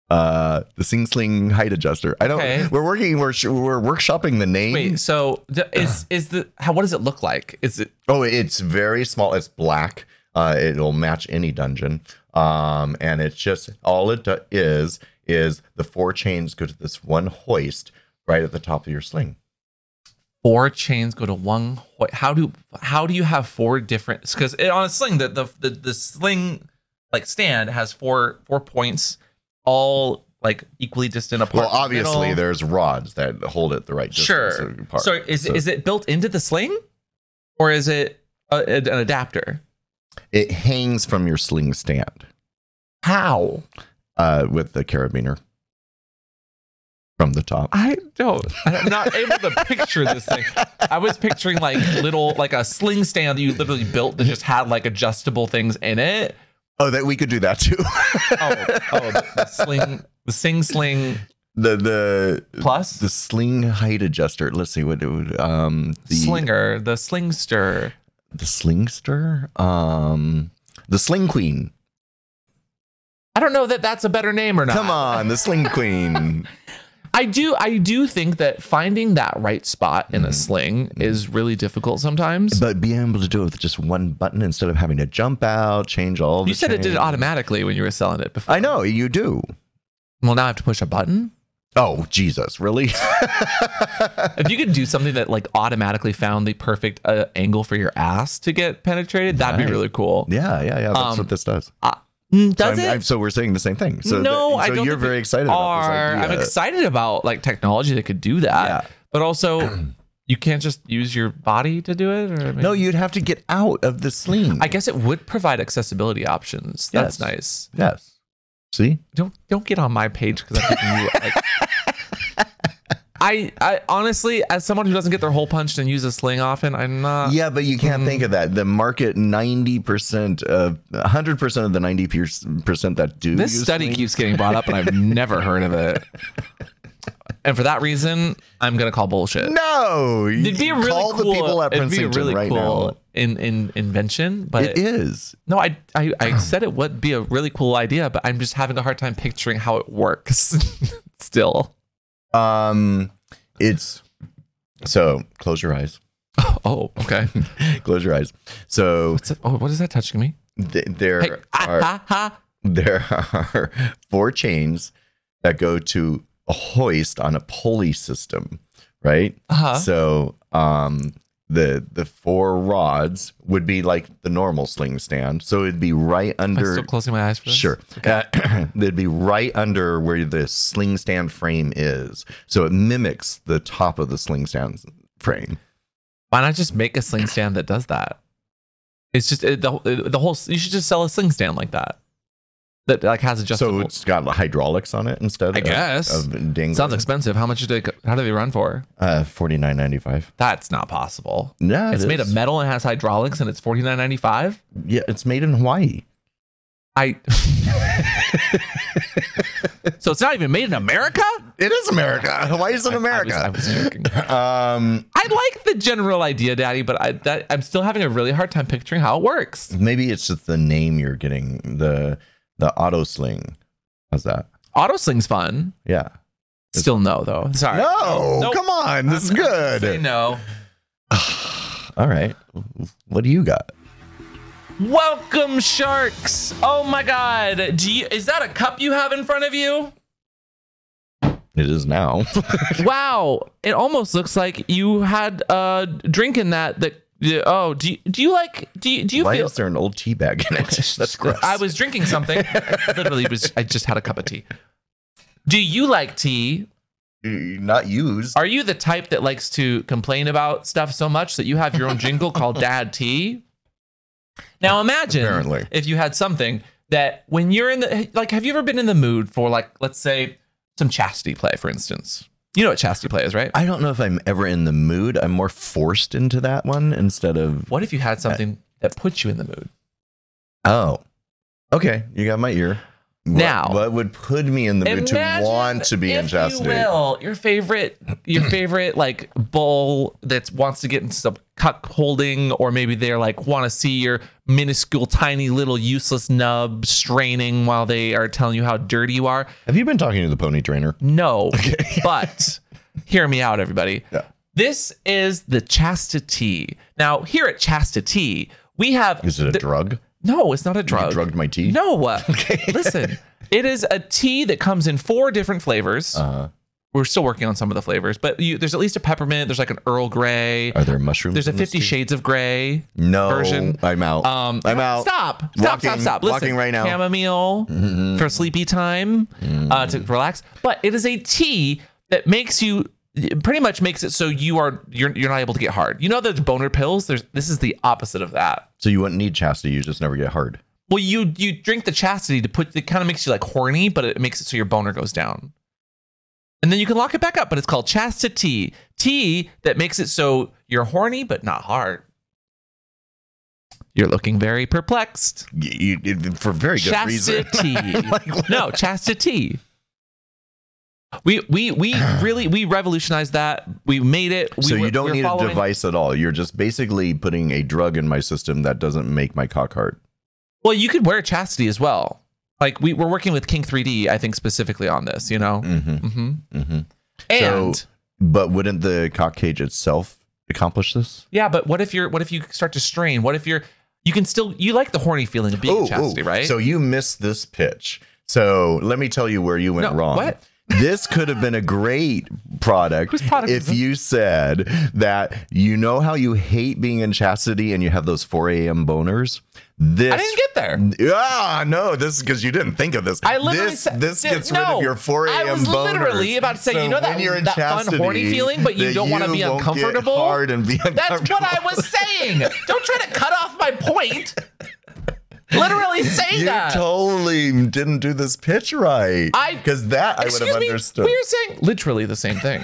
S2: Uh, the sing sling height adjuster. I don't.
S1: Okay.
S2: We're working. We're sh- we're workshopping the name.
S1: Wait, so d- is is the how what does it look like? Is it
S2: Oh, it's very small. It's black. Uh, it'll match any dungeon. Um, and it's just all it do- is is the four chains go to this one hoist right at the top of your sling.
S1: four chains go to one hoi- how do how do you have four different because on a sling the, the the the sling like stand has four four points all like equally distant apart
S2: Well,
S1: in the
S2: obviously
S1: middle.
S2: there's rods that hold it the right distance
S1: sure
S2: apart.
S1: so is,
S2: So
S1: is it built into the sling or is it a, a- an adapter
S2: it hangs from your sling stand
S1: how
S2: uh, with the carabiner from the top.
S1: i don't i'm not able to picture this thing i was picturing like little like a sling stand that you literally built that just had like adjustable things in it
S2: Oh, that we could do that too.
S1: oh oh the, the sling the sing sling
S2: the the
S1: plus
S2: the sling height adjuster. Let's see what it would um the
S1: slinger, the slingster.
S2: the slingster um the sling queen
S1: I don't know that that's a better name or not.
S2: come on the sling queen
S1: I do I do think that finding that right spot in a
S2: Mhm.
S1: sling is really difficult sometimes.
S2: but being able to do it with just one button instead of having to jump out change all the
S1: you said it did it
S2: chains.
S1: automatically when you were selling it before.
S2: i know you do
S1: Well, now I have to push a button.
S2: oh jesus really
S1: If you could do something that like automatically found the perfect uh, angle for your ass to get penetrated, that'd be
S2: Right.
S1: really cool.
S2: yeah yeah yeah that's
S1: Um,
S2: what this does
S1: Mm,
S2: so,
S1: Does
S2: I'm-
S1: it?
S2: I'm- so we're saying the same thing so
S1: No,
S2: that-
S1: I
S2: so
S1: don't
S2: you're
S1: think we
S2: very excited
S1: are
S2: about this
S1: I'm
S2: idea.
S1: excited about like technology that could do that,
S2: Yeah.
S1: but also you can't just use your body to do it. Or I mean-
S2: no you'd have to get out of the sling
S1: I guess it would provide accessibility options. That's
S2: Yes.
S1: nice.
S2: yes see
S1: Don't don't get on my page because I'm giving you like. I, I honestly, as someone who doesn't get their hole punched and uses sling often, I'm not.
S2: Yeah, but you can't
S1: mm.
S2: think of that. The market, ninety percent of, hundred percent of the ninety percent that do
S1: this
S2: use
S1: study
S2: Link-
S1: keeps getting brought up, and I've never heard of it. And for that reason, I'm gonna call bullshit.
S2: No, you
S1: It'd be a really
S2: call
S1: cool.
S2: the people at
S1: it'd be a
S2: Princeton
S1: really
S2: right
S1: cool
S2: now.
S1: in in invention, but
S2: It is.
S1: no, I, I I said it would be a really cool idea, but I'm just having a hard time picturing how it works. Still.
S2: Um, it's so close your eyes.
S1: Oh, okay.
S2: Close your eyes. So
S1: What's that? Oh, what is that touching me?
S2: th- there
S1: Hey, ah,
S2: are
S1: ha, ha.
S2: there are four chains that go to a hoist on a pulley system, right?
S1: Uh-huh.
S2: So um the the four rods would be like the normal sling stand. So it'd be right
S1: Am I
S2: under
S1: still closing my eyes for this?
S2: Sure. Uh, they'd be right under where the sling stand frame is. So it mimics the top of the sling stand frame.
S1: Why not just make a sling stand that does that? It's just it, the, it- the whole. You should just sell a sling stand like that. That like has
S2: so
S1: adjustable.
S2: it's got hydraulics on it instead
S1: I
S2: of,
S1: guess.
S2: of dangling.
S1: Sounds expensive. How much do they? co- How do they run for?
S2: uh 49.95.
S1: That's not possible.
S2: Yeah, it
S1: it's made
S2: is.
S1: of metal and has hydraulics, and it's forty nine ninety five.
S2: Yeah, it's made in Hawaii.
S1: I. so it's not even made in America.
S2: It is America. Hawaii is in America.
S1: I, I was, I was joking.
S2: um,
S1: I like the general idea, Daddy, but I that I'm still having a really hard time picturing how it works.
S2: maybe it's just the name you're getting the the auto sling. How's that?
S1: Auto sling's fun.
S2: Yeah.
S1: Still no, though. Sorry.
S2: No,
S1: Nope.
S2: come on, this is good.
S1: Say no.
S2: All right, what do you got?
S1: Welcome, sharks. Oh my God. Do you? Is that a cup you have in front of you?
S2: It is now.
S1: Wow. It almost looks like you had a drink in that that Yeah, oh, do you, do you like do you, do you
S2: Why
S1: feel
S2: is there an old tea bag in it? That's gross.
S1: I was drinking something. I literally was I just had a cup of tea. Do you like tea?
S2: not used.
S1: Are you the type that likes to complain about stuff so much that you have your own jingle called Dad Tea? Now imagine
S2: Apparently.
S1: if you had something that when you're in the like have you ever been in the mood for like let's say some chastity play for instance. You know what chastity play is, right?
S2: I don't know if I'm ever in the mood. I'm more forced into that one instead of
S1: What if you had something that put you in the mood?
S2: oh. Okay, you got my ear. What-
S1: Now-
S2: what would put me in the mood to
S1: Imagine,
S2: want to be
S1: if
S2: in chastity?
S1: You will, your favorite, your favorite like bowl that wants to get into some cuck holding, or maybe they're like want to see your minuscule, tiny, little, useless nub straining while they are telling you how dirty you are.
S2: Have you been talking to the pony trainer?
S1: No, but hear me out, everybody.
S2: Yeah.
S1: This is the chastity. Now, here at chastity, we have
S2: Is it a
S1: the-
S2: drug?
S1: no. It's not a
S2: You
S1: drug.
S2: drugged my tea?
S1: No. uh, Listen, it is a tea that comes in four different flavors.
S2: Uh,
S1: We're still working on some of the flavors, but you, there's at least a peppermint. There's like an Earl Grey.
S2: are there mushrooms?
S1: There's a
S2: in this
S1: Fifty
S2: tea?
S1: Shades of Grey.
S2: no,
S1: version.
S2: I'm out.
S1: Um,
S2: I'm out.
S1: Stop. Stop. stop.
S2: Walking-
S1: Stop. Listen,
S2: walking right now. Mm-hmm.
S1: Chamomile for sleepy time uh,
S2: Mm.
S1: to relax. But it is a tea that makes you it pretty much makes it so you are you're, you're not able to get hard. You know those boner pills. There's this is the opposite of that.
S2: So you wouldn't need chastity. You just never get hard.
S1: Well, you you drink the chastity to put it kind of makes you like horny, but it makes it so your boner goes down. And then you can lock it back up, but it's called chastity. Tea that makes it so you're horny but not hard. You're looking very perplexed.
S2: You, you- for very good reason.
S1: Chastity. no, chastity. We we we really we revolutionized that. We made it. We
S2: so
S1: were-
S2: you don't
S1: we're
S2: need a
S1: following-
S2: device at all. You're just basically putting a drug in my system that doesn't make my cock hard.
S1: Well, you could wear chastity as well. Like we, we're working with King 3D, I think specifically on this. You know.
S2: Mm-hmm.
S1: Mm-hmm.
S2: Mm-hmm.
S1: And
S2: So- But wouldn't the cock cage itself accomplish this?
S1: yeah, but what if you're what if you start to strain? What if you're you can still you like the horny feeling of being in chastity, right?
S2: So you missed this pitch. So let me tell you where you went
S1: No,
S2: wrong.
S1: what?
S2: This could have been a great product,
S1: Whose product is
S2: if
S1: it?
S2: you said that you know how you hate being in chastity and you have those 4 a.m. boners. This
S1: I didn't get there.
S2: Ah, no, this is because you didn't think of this.
S1: I literally
S2: this,
S1: said-
S2: this
S1: Dude,
S2: gets rid
S1: no.
S2: of your 4
S1: I
S2: a.m.
S1: was literally
S2: boners.
S1: about to say, you know that-
S2: when you're in
S1: that fun,
S2: chastity,
S1: horny feeling, but you
S2: that
S1: don't wanna be
S2: won't get
S1: uncomfortable?
S2: hard and be
S1: That's what I
S2: uncomfortable.
S1: was saying. Don't try to cut off my point. Literally say
S2: You
S1: that.
S2: totally didn't do this pitch right.
S1: I-
S2: because that I would
S1: Excuse
S2: have
S1: me.
S2: understood.
S1: We're saying literally the same thing.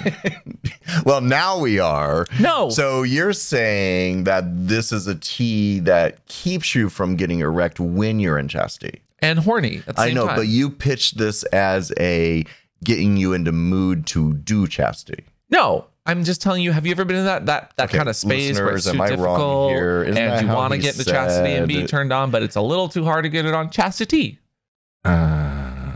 S2: Well, now we are.
S1: No.
S2: So you're saying that this is a tea that keeps you from getting erect when you're in chastity.
S1: and horny. At the
S2: I
S1: same
S2: know,
S1: time.
S2: but you pitched this as a getting you into mood to do chastity.
S1: No, I'm just telling you. Have you ever been in that that that
S2: Okay,
S1: kind of space where it's
S2: listeners,
S1: too
S2: am I wrong
S1: difficult
S2: here? Isn't that
S1: and you
S2: how
S1: want to
S2: he
S1: get into chastity and be
S2: said-
S1: turned on, but it's a little too hard to get it on chastity?
S2: Uh,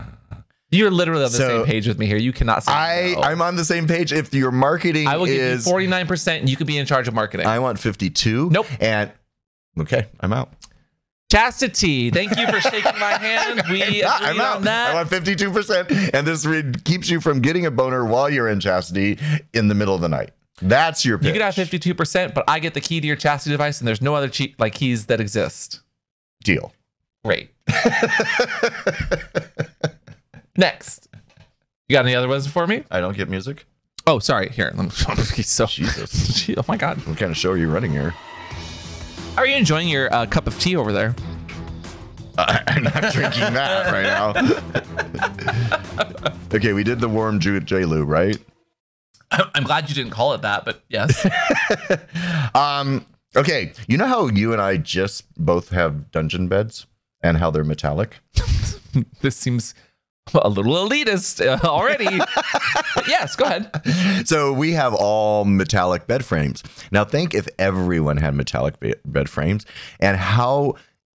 S1: You're literally on the
S2: So,
S1: same page with me here. You cannot say
S2: I
S1: no.
S2: I'm on the same page. If your marketing
S1: I will give
S2: is,
S1: you 49 percent, and you could be in charge of marketing.
S2: I want 52.
S1: Nope.
S2: And okay, I'm out.
S1: chastity. Thank you for shaking my hand. We agreed
S2: Ah, I'm out.
S1: on that.
S2: I want 52 percent, and this re- keeps you from getting a boner while you're in chastity in the middle of the night. That's your pitch.
S1: you could have 52 percent, but I get the key to your chastity device, and there's no other che- like keys that exist.
S2: deal.
S1: Great. Next. You got any other ones for me?
S2: I don't get music.
S1: Oh, sorry. Here, let me. He's so.
S2: Jesus,
S1: Gee, Oh my God.
S2: what kind of show are you running here?
S1: Are you enjoying your uh, cup of tea over there?
S2: I- I'm not drinking that right now. okay, we did the warm Ju- J Lou, right?
S1: I'm glad you didn't call it that, but yes.
S2: Um, okay, you know how you and I just both have dungeon beds and how they're metallic.
S1: this seems a little elitist uh, already. But yes, go ahead.
S2: So we have all metallic bed frames. Now think if everyone had metallic be- bed frames and how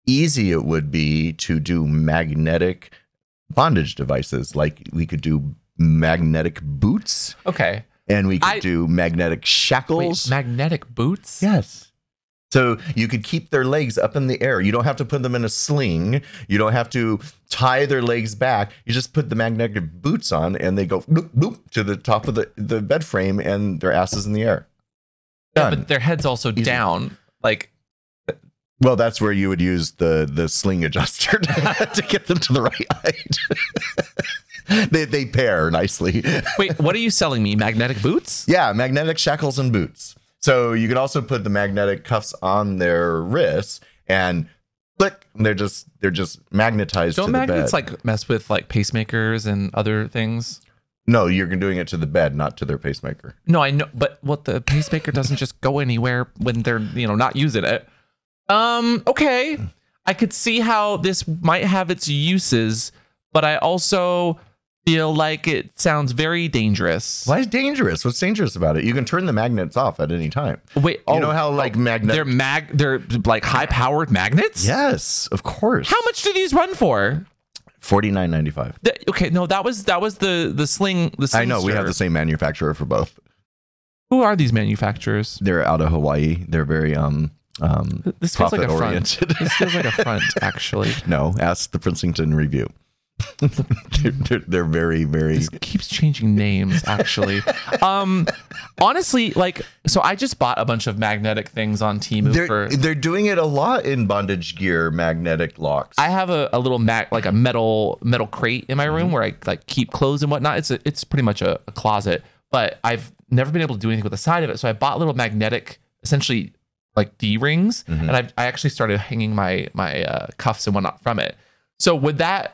S2: easy it would be to do magnetic bondage devices. Like we could do magnetic boots
S1: Okay.
S2: and we could
S1: I-
S2: do magnetic
S1: Wait,
S2: shackles.
S1: magnetic boots?
S2: yes. So you could keep their legs up in the air. You don't have to put them in a sling. You don't have to tie their legs back. You just put the magnetic boots on and they go boop, boop, to the top of the, the bed frame and their asses in the air.
S1: Yeah,
S2: Done.
S1: but their head's also down. Like
S2: Well, that's where you would use the the sling adjuster to, to get them to the right height. they they pair nicely.
S1: Wait, what are you selling me? Magnetic boots?
S2: Yeah, magnetic shackles and boots. So you could also put the magnetic cuffs on their wrists and click. They're just they're just magnetized
S1: Don't
S2: to the
S1: magnets
S2: bed.
S1: like mess with like pacemakers and other things?
S2: no, you're doing it to the bed, not to their pacemaker.
S1: No, I know, but what the pacemaker doesn't just go anywhere when they're you know not using it. Um, okay, I could see how this might have its uses, but I also feel like it sounds very dangerous.
S2: Why is dangerous? What's dangerous about it? You can turn the magnets off at any time.
S1: Wait,
S2: You
S1: oh,
S2: know how like
S1: they're
S2: magnet?
S1: mag, they're like high powered magnets.
S2: Yes, of course.
S1: How much do these run for?
S2: Forty nine ninety five.
S1: Th- okay, no, that was that was the the sling. The
S2: I know we have
S1: slingster.
S2: the same manufacturer for both.
S1: Who are these manufacturers?
S2: they're out of Hawaii. They're very um um
S1: This feels like a front.
S2: Profit-oriented.
S1: This feels like a front, actually.
S2: no. Ask the Princeton Review. they're, they're- they're very very
S1: This keeps changing names, actually. um, honestly, like, so I just bought a bunch of magnetic things on Timu
S2: they're
S1: for.
S2: they're doing it a lot in bondage gear magnetic locks.
S1: I have a, a little mag, like a metal metal crate in my
S2: Mm-hmm.
S1: room where I like keep clothes and whatnot. It's a, it's pretty much a, a closet, but I've never been able to do anything with the side of it. So I bought little magnetic, essentially like D rings,
S2: Mm-hmm.
S1: and I've, I actually started hanging my my uh, cuffs and whatnot from it. So would that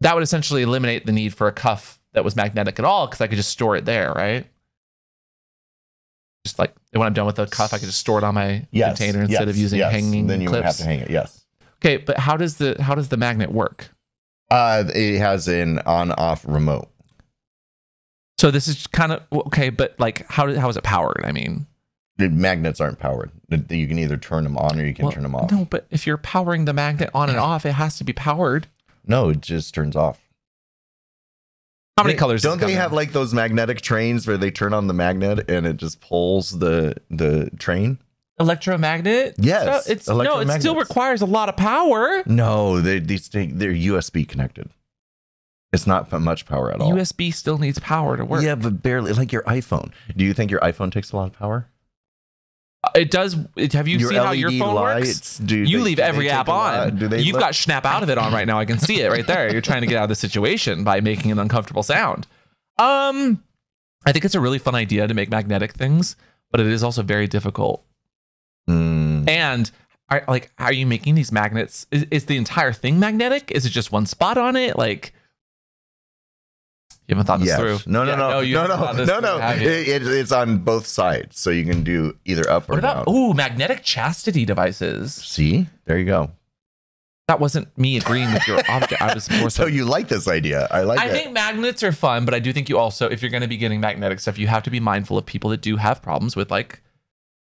S1: that would essentially eliminate the need for a cuff that was magnetic at all because I could just store it there, right? Just like when I'm done with the cuff, I could just store it on my
S2: Yes,
S1: container
S2: yes,
S1: instead of using
S2: yes.
S1: hanging
S2: Then you
S1: clips.
S2: would have to hang it. Yes.
S1: Okay, but how does the how does the magnet work?
S2: Uh, it has an on-off remote.
S1: So this is kind of okay, but like, how how is it powered? I mean,
S2: The magnets aren't powered. The- You can either turn them on or you can
S1: well,
S2: turn them off.
S1: No,
S2: No.
S1: but if you're powering the magnet on and off, it has to be powered.
S2: it just turns off.
S1: How many colors? does
S2: Don't
S1: it
S2: they
S1: come
S2: have
S1: in?
S2: like those magnetic trains where they turn on the magnet and it just pulls the the train?
S1: electromagnet?
S2: Yes,
S1: So it's no, it still
S2: electromagnets.
S1: requires a lot of power.
S2: No, they these thing, they're USB connected. It's not fu- much power at all.
S1: USB still needs power to work.
S2: Yeah, but barely. Like your iPhone. Do you think your iPhone takes a lot of power?
S1: Uh, It does. It, have you
S2: your E
S1: seen how your phone works?
S2: lights, do
S1: You
S2: they-
S1: leave
S2: do they
S1: every
S2: take
S1: app
S2: a lot?
S1: on.
S2: Do they
S1: You've
S2: look-
S1: got snap out of it on right now. I can see it right there. You're trying to get out of the situation by making an uncomfortable sound. Um, I think it's a really fun idea to make magnetic things, but it is also very difficult.
S2: Mm,
S1: And are, like, how are you making these magnets? Is, is the entire thing magnetic? Is it just one spot on it? Like, you haven't thought this
S2: yes.
S1: Mm, through.
S2: No, no,
S1: Yeah,
S2: no,
S1: you
S2: no,
S1: haven't
S2: no,
S1: thought this
S2: no,
S1: through,
S2: no.
S1: have you?
S2: It, it, it's on both sides, so you can do either up
S1: what
S2: or
S1: about
S2: down.
S1: ooh magnetic chastity devices?
S2: See, there you go.
S1: That wasn't me agreeing with your object. I was more so.
S2: So you like this idea? I like
S1: I
S2: it.
S1: think magnets are fun, but I do think you also, if you're going to be getting magnetic stuff, you have to be mindful of people that do have problems with like,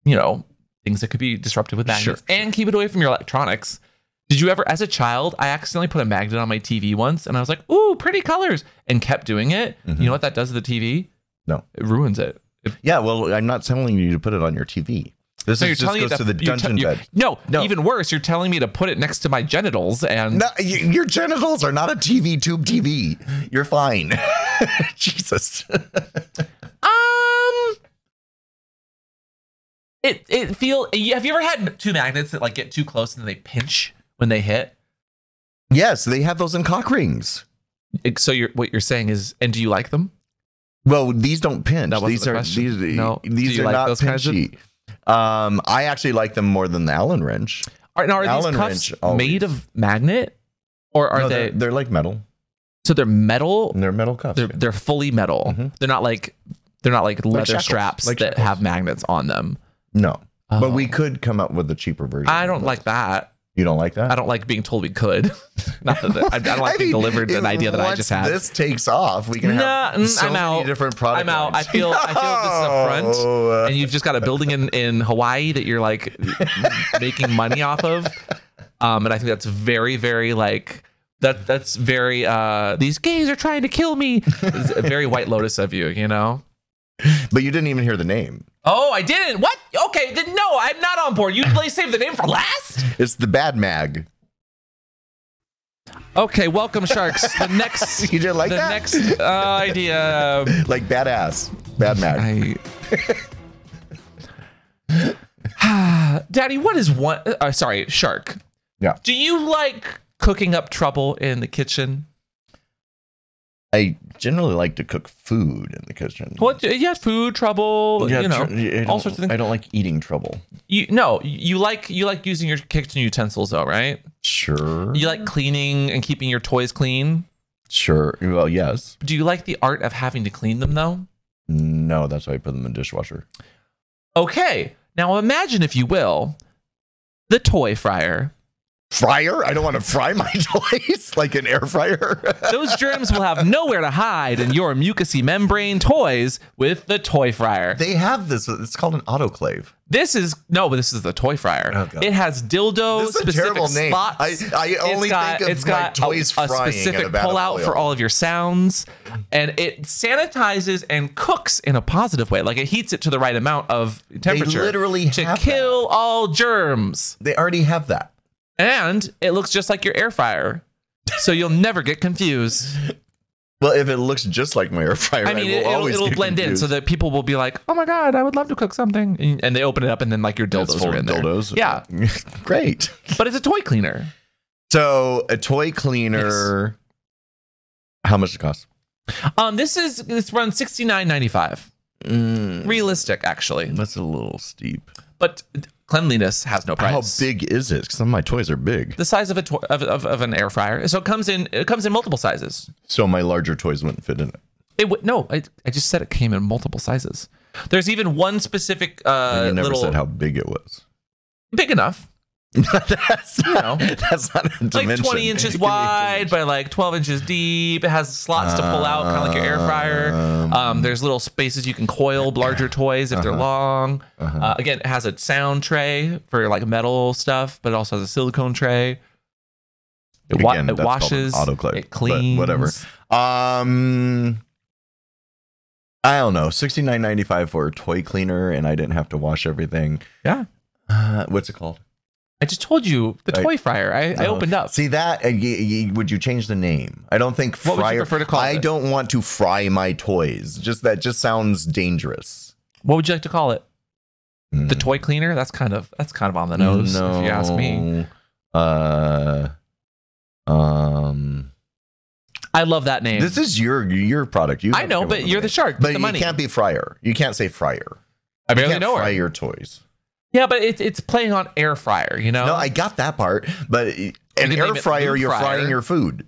S1: you know, things that could be disrupted with magnets, and keep it away from your electronics. Did you ever, as a child, I accidentally put a magnet on my TV once, and I was like, "Ooh, pretty colors," and kept doing it. You know what that does to the TV?
S2: Mm-hmm. No.
S1: it ruins it. If-
S2: yeah, well, I'm not telling you to put it on your TV. This
S1: no,
S2: is just goes to, the
S1: you're
S2: dungeon
S1: te- you-
S2: bed.
S1: No,
S2: No.
S1: even worse, you're telling me to put it next to my genitals, and
S2: No, y- your genitals are not a TV tube TV. You're fine. Jesus.
S1: Um, it it feel. Have you ever had two magnets that like get too close and they pinch when they hit?
S2: Yes, they have those in cock rings.
S1: So you're what you're saying is, and do you like them?
S2: Well, these don't pinch.
S1: That wasn't
S2: These
S1: the
S2: are
S1: question.
S2: these,
S1: No. Do
S2: these
S1: you
S2: are
S1: like
S2: not
S1: those kinds of-
S2: pinchy. Um, I actually like them more than the Allen wrench.
S1: Are, now, are
S2: Allen
S1: these cuffs
S2: wrench always.
S1: made of magnet, or are
S2: No,
S1: they?
S2: They're, they're like metal.
S1: so they're metal.
S2: They're metal cuffs.
S1: They're they're fully metal.
S2: Mhm.
S1: They're not like they're not like leather
S2: shackles,
S1: straps
S2: like
S1: that
S2: shackles.
S1: have magnets on them.
S2: no,
S1: Oh.
S2: but we could come up with a cheaper version.
S1: I
S2: of
S1: don't
S2: those.
S1: like that.
S2: You don't like that.
S1: I don't like being told we could. not that I, I don't like being
S2: mean,
S1: delivered an
S2: if-
S1: idea that I
S2: once
S1: just had.
S2: This takes off. We can
S1: Nah,
S2: have
S1: mm,
S2: so
S1: I'm
S2: many
S1: out.
S2: different products.
S1: I'm out. I feel- I feel this is a front, and you've just got a building in, in Hawaii that you're like making money off of. Um, and I think that's very, very like that. That's very uh, these gays are trying to kill me. It's a very White Lotus of you, you know.
S2: But you didn't even hear the name.
S1: Oh, I didn't. What? Okay, then no, I'm not on board. You play save the name for last.
S2: It's the bad mag.
S1: Okay, welcome sharks. The next,
S2: You didn't like
S1: the
S2: that?
S1: next uh, idea.
S2: Like badass. Bad mag.
S1: I. Daddy, what is one? Uh, sorry, shark.
S2: Yeah.
S1: Do you like cooking up trouble in the kitchen?
S2: I generally like to cook food in the kitchen.
S1: What? Yeah, food trouble.
S2: Yeah,
S1: you know,
S2: tr- I
S1: all
S2: don't-
S1: sorts of things.
S2: I don't like eating trouble.
S1: you no, you like you like using your kitchen utensils though, right?
S2: Sure.
S1: You like cleaning and keeping your toys clean.
S2: Sure. Well, yes.
S1: Do you like the art of having to clean them though?
S2: No, that's why I put them in the dishwasher.
S1: Okay. Now imagine, if you will, the toy fryer.
S2: Fryer? I don't want to fry my toys like an air fryer.
S1: Those germs will have nowhere to hide in your mucousy membrane toys with the toy fryer.
S2: they have this. It's called an autoclave.
S1: This is no, but this is the toy fryer.
S2: Oh, God.
S1: it has dildo
S2: This is a
S1: specific
S2: terrible name.
S1: spots.
S2: I- I
S1: It's
S2: only
S1: got,
S2: think of,
S1: it's
S2: like,
S1: got
S2: toys
S1: a, a
S2: frying in a
S1: specific
S2: vat of
S1: pullout
S2: oil.
S1: for all of your sounds, and it sanitizes and cooks in a positive way. Like it heats it to the right amount of temperature
S2: literally
S1: to
S2: have that.
S1: kill all germs,
S2: They already have that.
S1: and it looks just like your air fryer. So you'll never get confused.
S2: Well, if it looks just like my air fryer,
S1: I mean,
S2: will
S1: it, will
S2: always
S1: it'll
S2: get
S1: blend in
S2: confused.
S1: so that people will be like, "Oh my god, I would love to cook something," and, and they open it up, and then like your
S2: It's
S1: dildos
S2: full
S1: are
S2: of
S1: in there.
S2: dildos.
S1: Yeah,
S2: Great.
S1: but it's a toy cleaner.
S2: So a toy cleaner. How much does it cost?
S1: Um, this is it's run sixty nine ninety five.
S2: Mm,
S1: Realistic, actually,
S2: that's a little steep.
S1: but cleanliness has no price.
S2: How big is it? Some of my toys are big.
S1: The size of a to- of, of, of an air fryer. So it comes in it comes in multiple sizes.
S2: So my larger toys wouldn't fit in it.
S1: It would no, I, I just said it came in multiple sizes. There's even one specific
S2: And
S1: uh,
S2: you never
S1: little
S2: said how big it was.
S1: big enough.
S2: that's,
S1: You know.
S2: that's not a
S1: like
S2: dimension.
S1: 20 inches
S2: Give me a
S1: wide
S2: dimension.
S1: by like 12 inches deep. It has slots to pull out, kind of like your
S2: Uh,
S1: air fryer. Um, there's little spaces you can coil larger toys if they're
S2: Uh-huh.
S1: long.
S2: Uh-huh.
S1: Uh, again, it has a sound tray for like metal stuff, but it also has a silicone tray. It, wa-
S2: Again,
S1: it
S2: that's called an
S1: washes,
S2: autoclave,
S1: it
S2: but
S1: cleans.
S2: whatever. Um, I don't know. Sixty nine ninety five for a toy cleaner, and I didn't have to wash everything.
S1: Yeah.
S2: Uh, what's it called?
S1: I just told you the
S2: I-
S1: toy fryer. I, I
S2: Oh,
S1: opened up.
S2: See that? Uh, y- y- would you change the name? I don't think
S1: What would you
S2: fryer-
S1: prefer to call
S2: I
S1: it?
S2: don't want to fry my toys. Just that just sounds dangerous.
S1: what would you like to call it? The
S2: Mm.
S1: toy cleaner? That's kind of that's kind of on the nose, if you ask me.
S2: No. Uh, um,
S1: I love that name.
S2: this is your your product. You
S1: I
S2: have to
S1: know,
S2: come up
S1: but
S2: with
S1: you're
S2: a
S1: the
S2: name.
S1: shark.
S2: But
S1: the
S2: you
S1: money.
S2: can't be fryer. You can't say fryer.
S1: I
S2: You
S1: barely
S2: can't
S1: know
S2: fry
S1: her.
S2: your toys.
S1: Yeah, but it's it's playing on air fryer, you know.
S2: No, I got that part, but an
S1: can
S2: air
S1: name it
S2: fryer,
S1: food
S2: you're
S1: fryer.
S2: frying your food.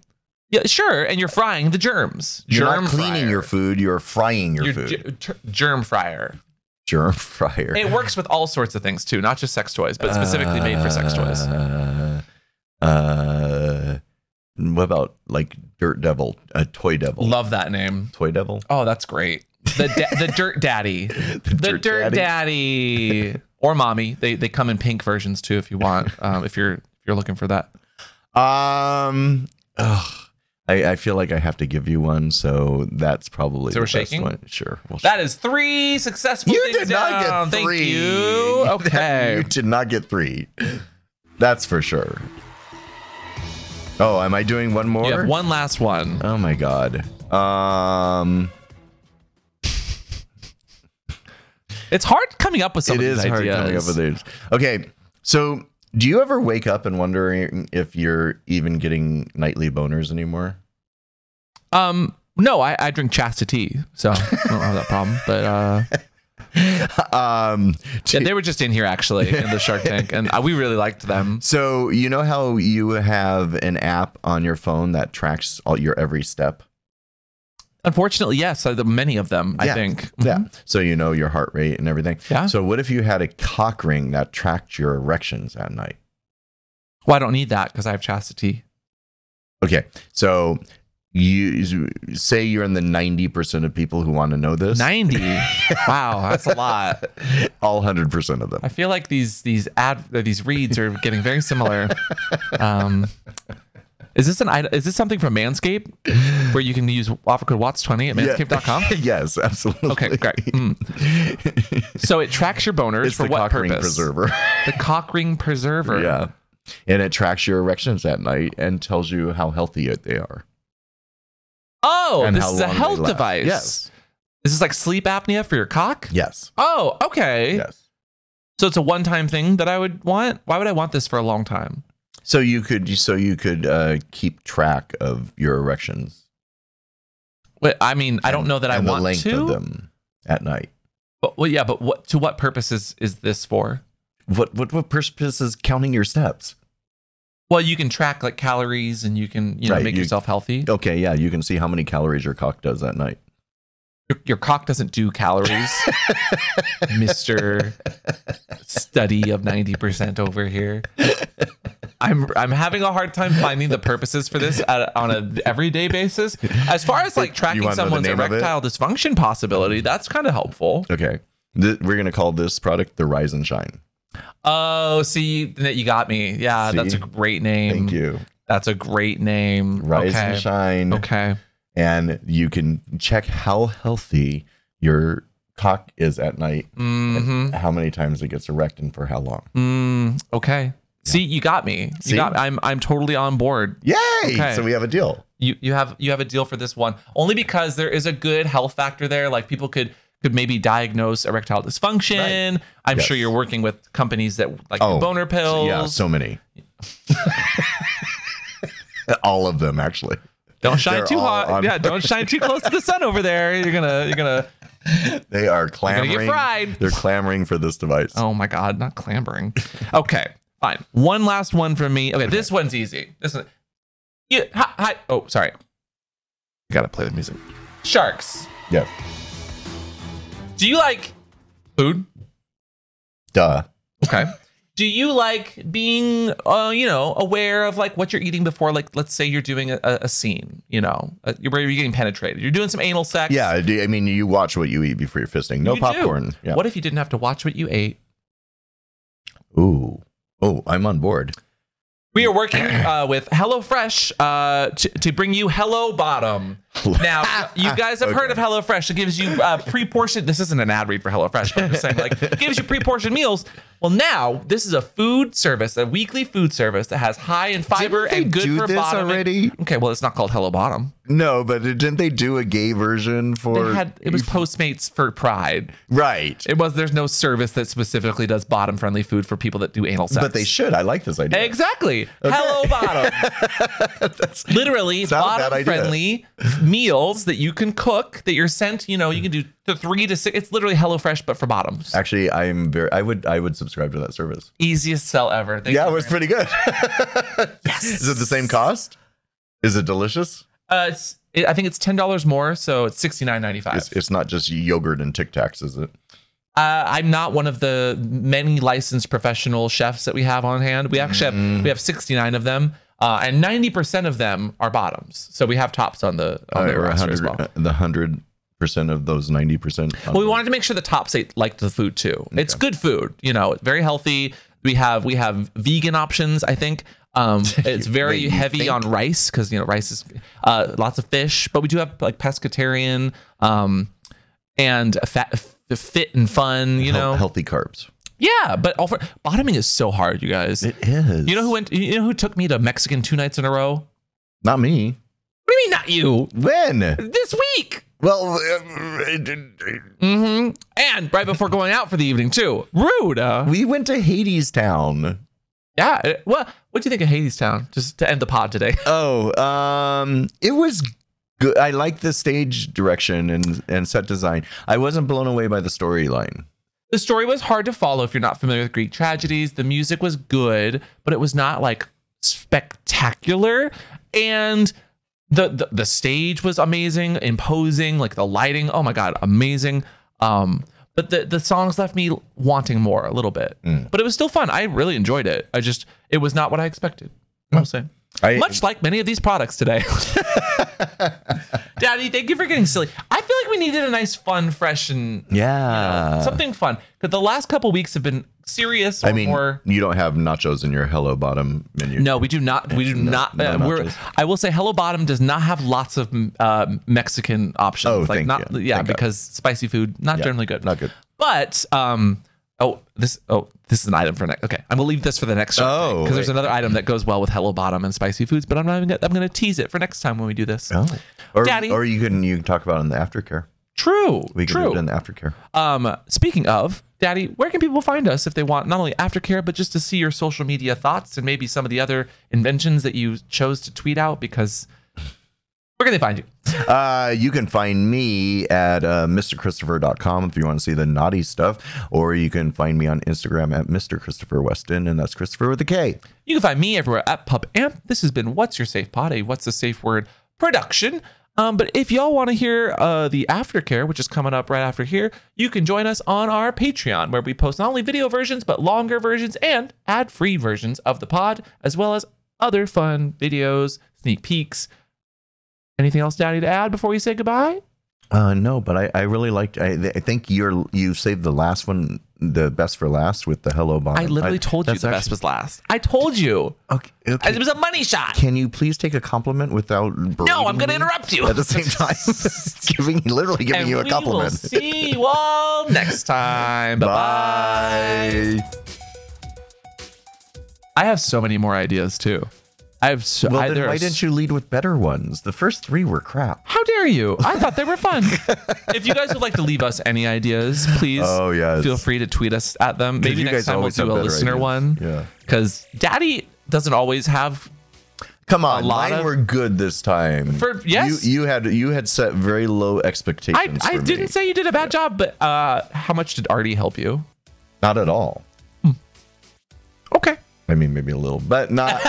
S1: yeah, sure. And you're frying the germs.
S2: You're
S1: germ
S2: not cleaning
S1: fryer.
S2: your food. You're frying your
S1: You're
S2: food.
S1: ge- ter- germ fryer.
S2: germ fryer.
S1: It works with all sorts of things too, not just sex toys, but specifically made for sex toys.
S2: Uh, uh, what about like dirt devil, a toy devil,
S1: Love that name.
S2: toy devil,
S1: Oh, that's great. The da- the dirt daddy, the, dirt, daddy. or mommy. They they come in pink versions too if you want. Um, if you're if you're looking for that.
S2: Um, ugh, I, I feel like I have to give you one, so that's probably
S1: So
S2: the
S1: we're
S2: best
S1: shaking?
S2: one. Sure, we'll
S1: That is three successful.
S2: You
S1: things
S2: did not
S1: down.
S2: get three.
S1: Thank you. Okay.
S2: you did not get three. That's for sure. Oh, am I doing one more?
S1: You have one last one.
S2: Oh my god. Um,
S1: It's hard coming up with some
S2: it
S1: of
S2: is
S1: these
S2: hard
S1: ideas.
S2: coming up with these. Okay, so do you ever wake up and wondering if you're even getting nightly boners anymore?
S1: Um, no, I, I drink chastity, so I don't have that problem. But uh,
S2: Um,
S1: yeah, they were just in here actually in the Shark Tank, and uh, we really liked them.
S2: So you know how you have an app on your phone that tracks all your every step.
S1: Unfortunately, yes, uh, the- many of them. I
S2: Yeah.
S1: think. Mm-hmm.
S2: So you know your heart rate and everything.
S1: Yeah.
S2: So what if you had a cock ring that tracked your erections at night?
S1: Well, I don't need that because I have chastity.
S2: Okay. So you say you're in the 90% of people who want to know this.
S1: Ninety. wow, that's a lot.
S2: All 100% of them.
S1: I feel like these these ad uh, these reads are getting very similar. Um, is this an id- is this something from Manscaped where you can use offer code Watts twenty at
S2: Yeah.
S1: manscaped.com?
S2: yes, absolutely.
S1: Okay, great. Mm. So it tracks your boners
S2: It's
S1: for
S2: the
S1: what
S2: cock
S1: purpose?
S2: ring preserver.
S1: The cock ring preserver.
S2: yeah. And it tracks your erections at night and tells you how healthy they are.
S1: Oh,
S2: and
S1: this
S2: how
S1: is a
S2: long they
S1: health
S2: last.
S1: device.
S2: Yes.
S1: Is this like sleep apnea for your cock?
S2: Yes.
S1: Oh, okay.
S2: Yes.
S1: So it's a one-time thing that I would want. Why would I want this for a long time?
S2: So you could so you could uh, keep track of your erections.
S1: But I mean, I don't know that I
S2: and the
S1: want
S2: length
S1: to.
S2: of them at night.
S1: But well, yeah, but what to what purposes is this for?
S2: What what what purpose is counting your steps?
S1: Well, you can track like calories and you can you know
S2: Right,
S1: make
S2: you-
S1: yourself healthy.
S2: Okay, yeah, you can see how many calories your cock does at night.
S1: Your, your cock doesn't do calories, Mister Study of ninety percent over here. I'm I'm having a hard time finding the purposes for this at, on a everyday basis. As far as like tracking
S2: wanna know the
S1: someone's
S2: name of it?
S1: erectile dysfunction possibility, that's kind of helpful.
S2: Okay, Th- we're gonna call this product the Rise and Shine.
S1: Oh, see that you got me. Yeah, that's
S2: See?
S1: a great name.
S2: Thank you,
S1: That's a great name.
S2: Rise
S1: Mm. okay.
S2: and Shine,
S1: Okay.
S2: and you can check how healthy your cock is at night,
S1: hmm
S2: how many times it gets erect, and for how long.
S1: Mm, okay. See, you got me.
S2: See?
S1: You got. I'm. I'm totally on board.
S2: Yay!
S1: Okay.
S2: So we have a deal.
S1: You. You have. You have a deal for this one only because there is a good health factor there. Like people could could maybe diagnose erectile dysfunction. I'm
S2: Yes.
S1: sure you're working with companies that like
S2: Oh,
S1: boner pills.
S2: Yeah, so many. All of them, actually.
S1: don't shine
S2: they're
S1: too
S2: all
S1: hot.
S2: on-
S1: Yeah. Don't shine too close to the sun over there. You're gonna. You're gonna.
S2: They are
S1: gonna
S2: clamoring.
S1: get fried.
S2: They're clamoring for this device.
S1: Oh my God, not clambering. Okay, fine. One last one from me. Okay, this one's easy. This one. You, hi, hi. Oh, sorry. I gotta play the music. Sharks.
S2: Yeah.
S1: Do you like food?
S2: Duh.
S1: Okay. Do you like being, uh, you know, aware of like what you're eating before? Like, let's say you're doing a, a a scene, you know, uh, you're, where you're getting penetrated. You're doing some anal sex.
S2: Yeah. I do- I mean, you watch what you eat before you're fisting. No
S1: You do.
S2: popcorn. Yeah.
S1: What if you didn't have to watch what you ate?
S2: Ooh. Oh, I'm on board.
S1: We are working uh, with HelloFresh uh, to, to bring you Hello Bottom. Now, you guys have heard of
S2: Okay.
S1: HelloFresh. It gives you uh, pre-portioned. This isn't an ad read for HelloFresh, but I'm just saying, like, it gives you pre-portioned meals. Well, now this is a food service, a weekly food service that has high in fiber
S2: Didn't they
S1: and good
S2: do
S1: for
S2: this
S1: bottom. and-
S2: already?
S1: okay, well, it's not called Hello Bottom.
S2: No, but didn't they do a gay version for?
S1: They had it was Postmates for Pride.
S2: right.
S1: It was there's no service that specifically does bottom-friendly food for people that do anal sex.
S2: but they should. I like this idea.
S1: Exactly. Hello bottom. Literally
S2: not a bad
S1: bottom
S2: idea.
S1: friendly meals that you can cook that you're sent. You know, you can do the three to six. It's literally HelloFresh, but for bottoms.
S2: Actually, I'm very. I would. I would subscribe to that service.
S1: Easiest sell ever. Thank
S2: yeah,
S1: you
S2: it was
S1: very much.
S2: pretty good. Is it the same cost? Is it delicious?
S1: Uh, it's, it, I think it's ten dollars more, so it's sixty nine ninety five.
S2: It's, it's not just yogurt and Tic Tacs, is it?
S1: Uh, I'm not one of the many licensed professional chefs that we have on hand. We actually have we have 69 of them, uh, and 90% of them are bottoms. So we have tops on the on the
S2: Or a
S1: roster as
S2: hundred-
S1: well.
S2: uh, The hundred percent of those ninety percent.
S1: Well, we wanted to make sure the top eight liked the food too. It's good food, you know, very healthy. We have we have vegan options. I think um, it's very
S2: Wait, you
S1: heavy
S2: think?
S1: on rice because you know rice is uh, lots of fish, but we do have like pescatarian um, and a fat, f- fit and fun. You know,
S2: healthy carbs.
S1: yeah. But all for, bottoming is so hard, you guys.
S2: It is.
S1: you know who went? You know who took me to Mexican two nights in a row? What
S2: Not me.
S1: do you mean not you?
S2: When?
S1: This week.
S2: Well,
S1: hmm And right before going out for the evening too. Rude. Uh,
S2: we went to Hades Town.
S1: Yeah. it- Well, what do you think of Hades Town? Just to end the pod today.
S2: Oh, um, it was good. I liked the stage direction and and set design. I wasn't blown away by the storyline.
S1: The story was hard to follow if you're not familiar with Greek tragedies. The music was good, but it was not like spectacular. And the the, the stage was amazing, imposing, like the lighting. Oh my god, amazing. Um but the, the songs left me wanting more a little bit. But it was still fun. I really enjoyed it. I just it was not what I expected. I'll say.
S2: I,
S1: Much like many of these products today. Daddy, thank you for getting silly. I feel like we needed a nice, fun, fresh, and
S2: yeah.
S1: something fun. Because the last couple weeks have been serious. Or
S2: I mean,
S1: more,
S2: you don't have nachos in your Hello Bottom menu.
S1: no, we do not. We do
S2: No,
S1: not.
S2: no
S1: uh,
S2: nachos.
S1: we're, I will say, Hello Bottom does not have lots of mm, uh, Mexican options.
S2: Oh,
S1: like
S2: thank
S1: not,
S2: you.
S1: Yeah,
S2: Thank God.
S1: because spicy food not generally good.
S2: not good.
S1: But um, oh, this oh, this is an item for next. Okay, I'm gonna leave this for the next show
S2: Oh,
S1: because there's
S2: wait.
S1: another item that goes well with Hello Bottom and spicy foods. But I'm not even. Gonna, I'm gonna tease it for next time when we do this.
S2: Oh. Or,
S1: Daddy.
S2: or you can you can talk about it in the aftercare.
S1: True.
S2: We can
S1: true.
S2: do it in the aftercare.
S1: Um, speaking of, Daddy, where can people find us if they want not only aftercare, but just to see your social media thoughts and maybe some of the other inventions that you chose to tweet out? Because where can they find you?
S2: Uh, you can find me at uh, mrchristopher.com if you want to see the naughty stuff, or you can find me on Instagram at Mr. Christopher Weston, and that's Christopher with a K.
S1: You can find me everywhere at Pub Amp. This has been What's Your Safe Pod, a What's the Safe Word production. Um, but if y'all want to hear uh, the aftercare, which is coming up right after here, you can join us on our Patreon, where we post not only video versions, but longer versions and ad free versions of the pod, as well as other fun videos, sneak peeks. Anything else, Daddy, to add before we say goodbye?
S2: Uh, no, but I, I really liked. I, I think you're you saved the last one, the best for last, with the hello bomb.
S1: I literally told you
S2: that's
S1: the best
S2: actually-
S1: was last. I told you.
S2: Okay, okay.
S1: It was a money shot.
S2: Can you please take a compliment without?
S1: No, I'm
S2: berating
S1: going to
S2: me
S1: interrupt you.
S2: At the same time, giving literally giving
S1: and
S2: you a
S1: we
S2: compliment.
S1: Will see you all next time. Bye bye.
S2: Bye.
S1: I have so many more ideas too. I have so.
S2: Well,
S1: I,
S2: then
S1: there
S2: why
S1: are
S2: didn't you lead with better ones? The first three were crap.
S1: How dare you? I thought they were fun. if you guys would like to leave us any ideas, please
S2: Oh, yes.
S1: feel free to tweet us at them. Maybe
S2: you
S1: next
S2: guys
S1: time we'll
S2: always
S1: do
S2: have
S1: a
S2: better
S1: listener
S2: ideas.
S1: one.
S2: Yeah.
S1: Because Daddy doesn't always have.
S2: Come on,
S1: lot
S2: mine
S1: of-
S2: were good this time.
S1: For- yes.
S2: you, you had you had set very low
S1: I,
S2: expectations.
S1: I
S2: for
S1: didn't
S2: me.
S1: say you did a bad job, but uh, how much did Artie help you?
S2: not at all.
S1: Okay.
S2: I mean, maybe a little, but not.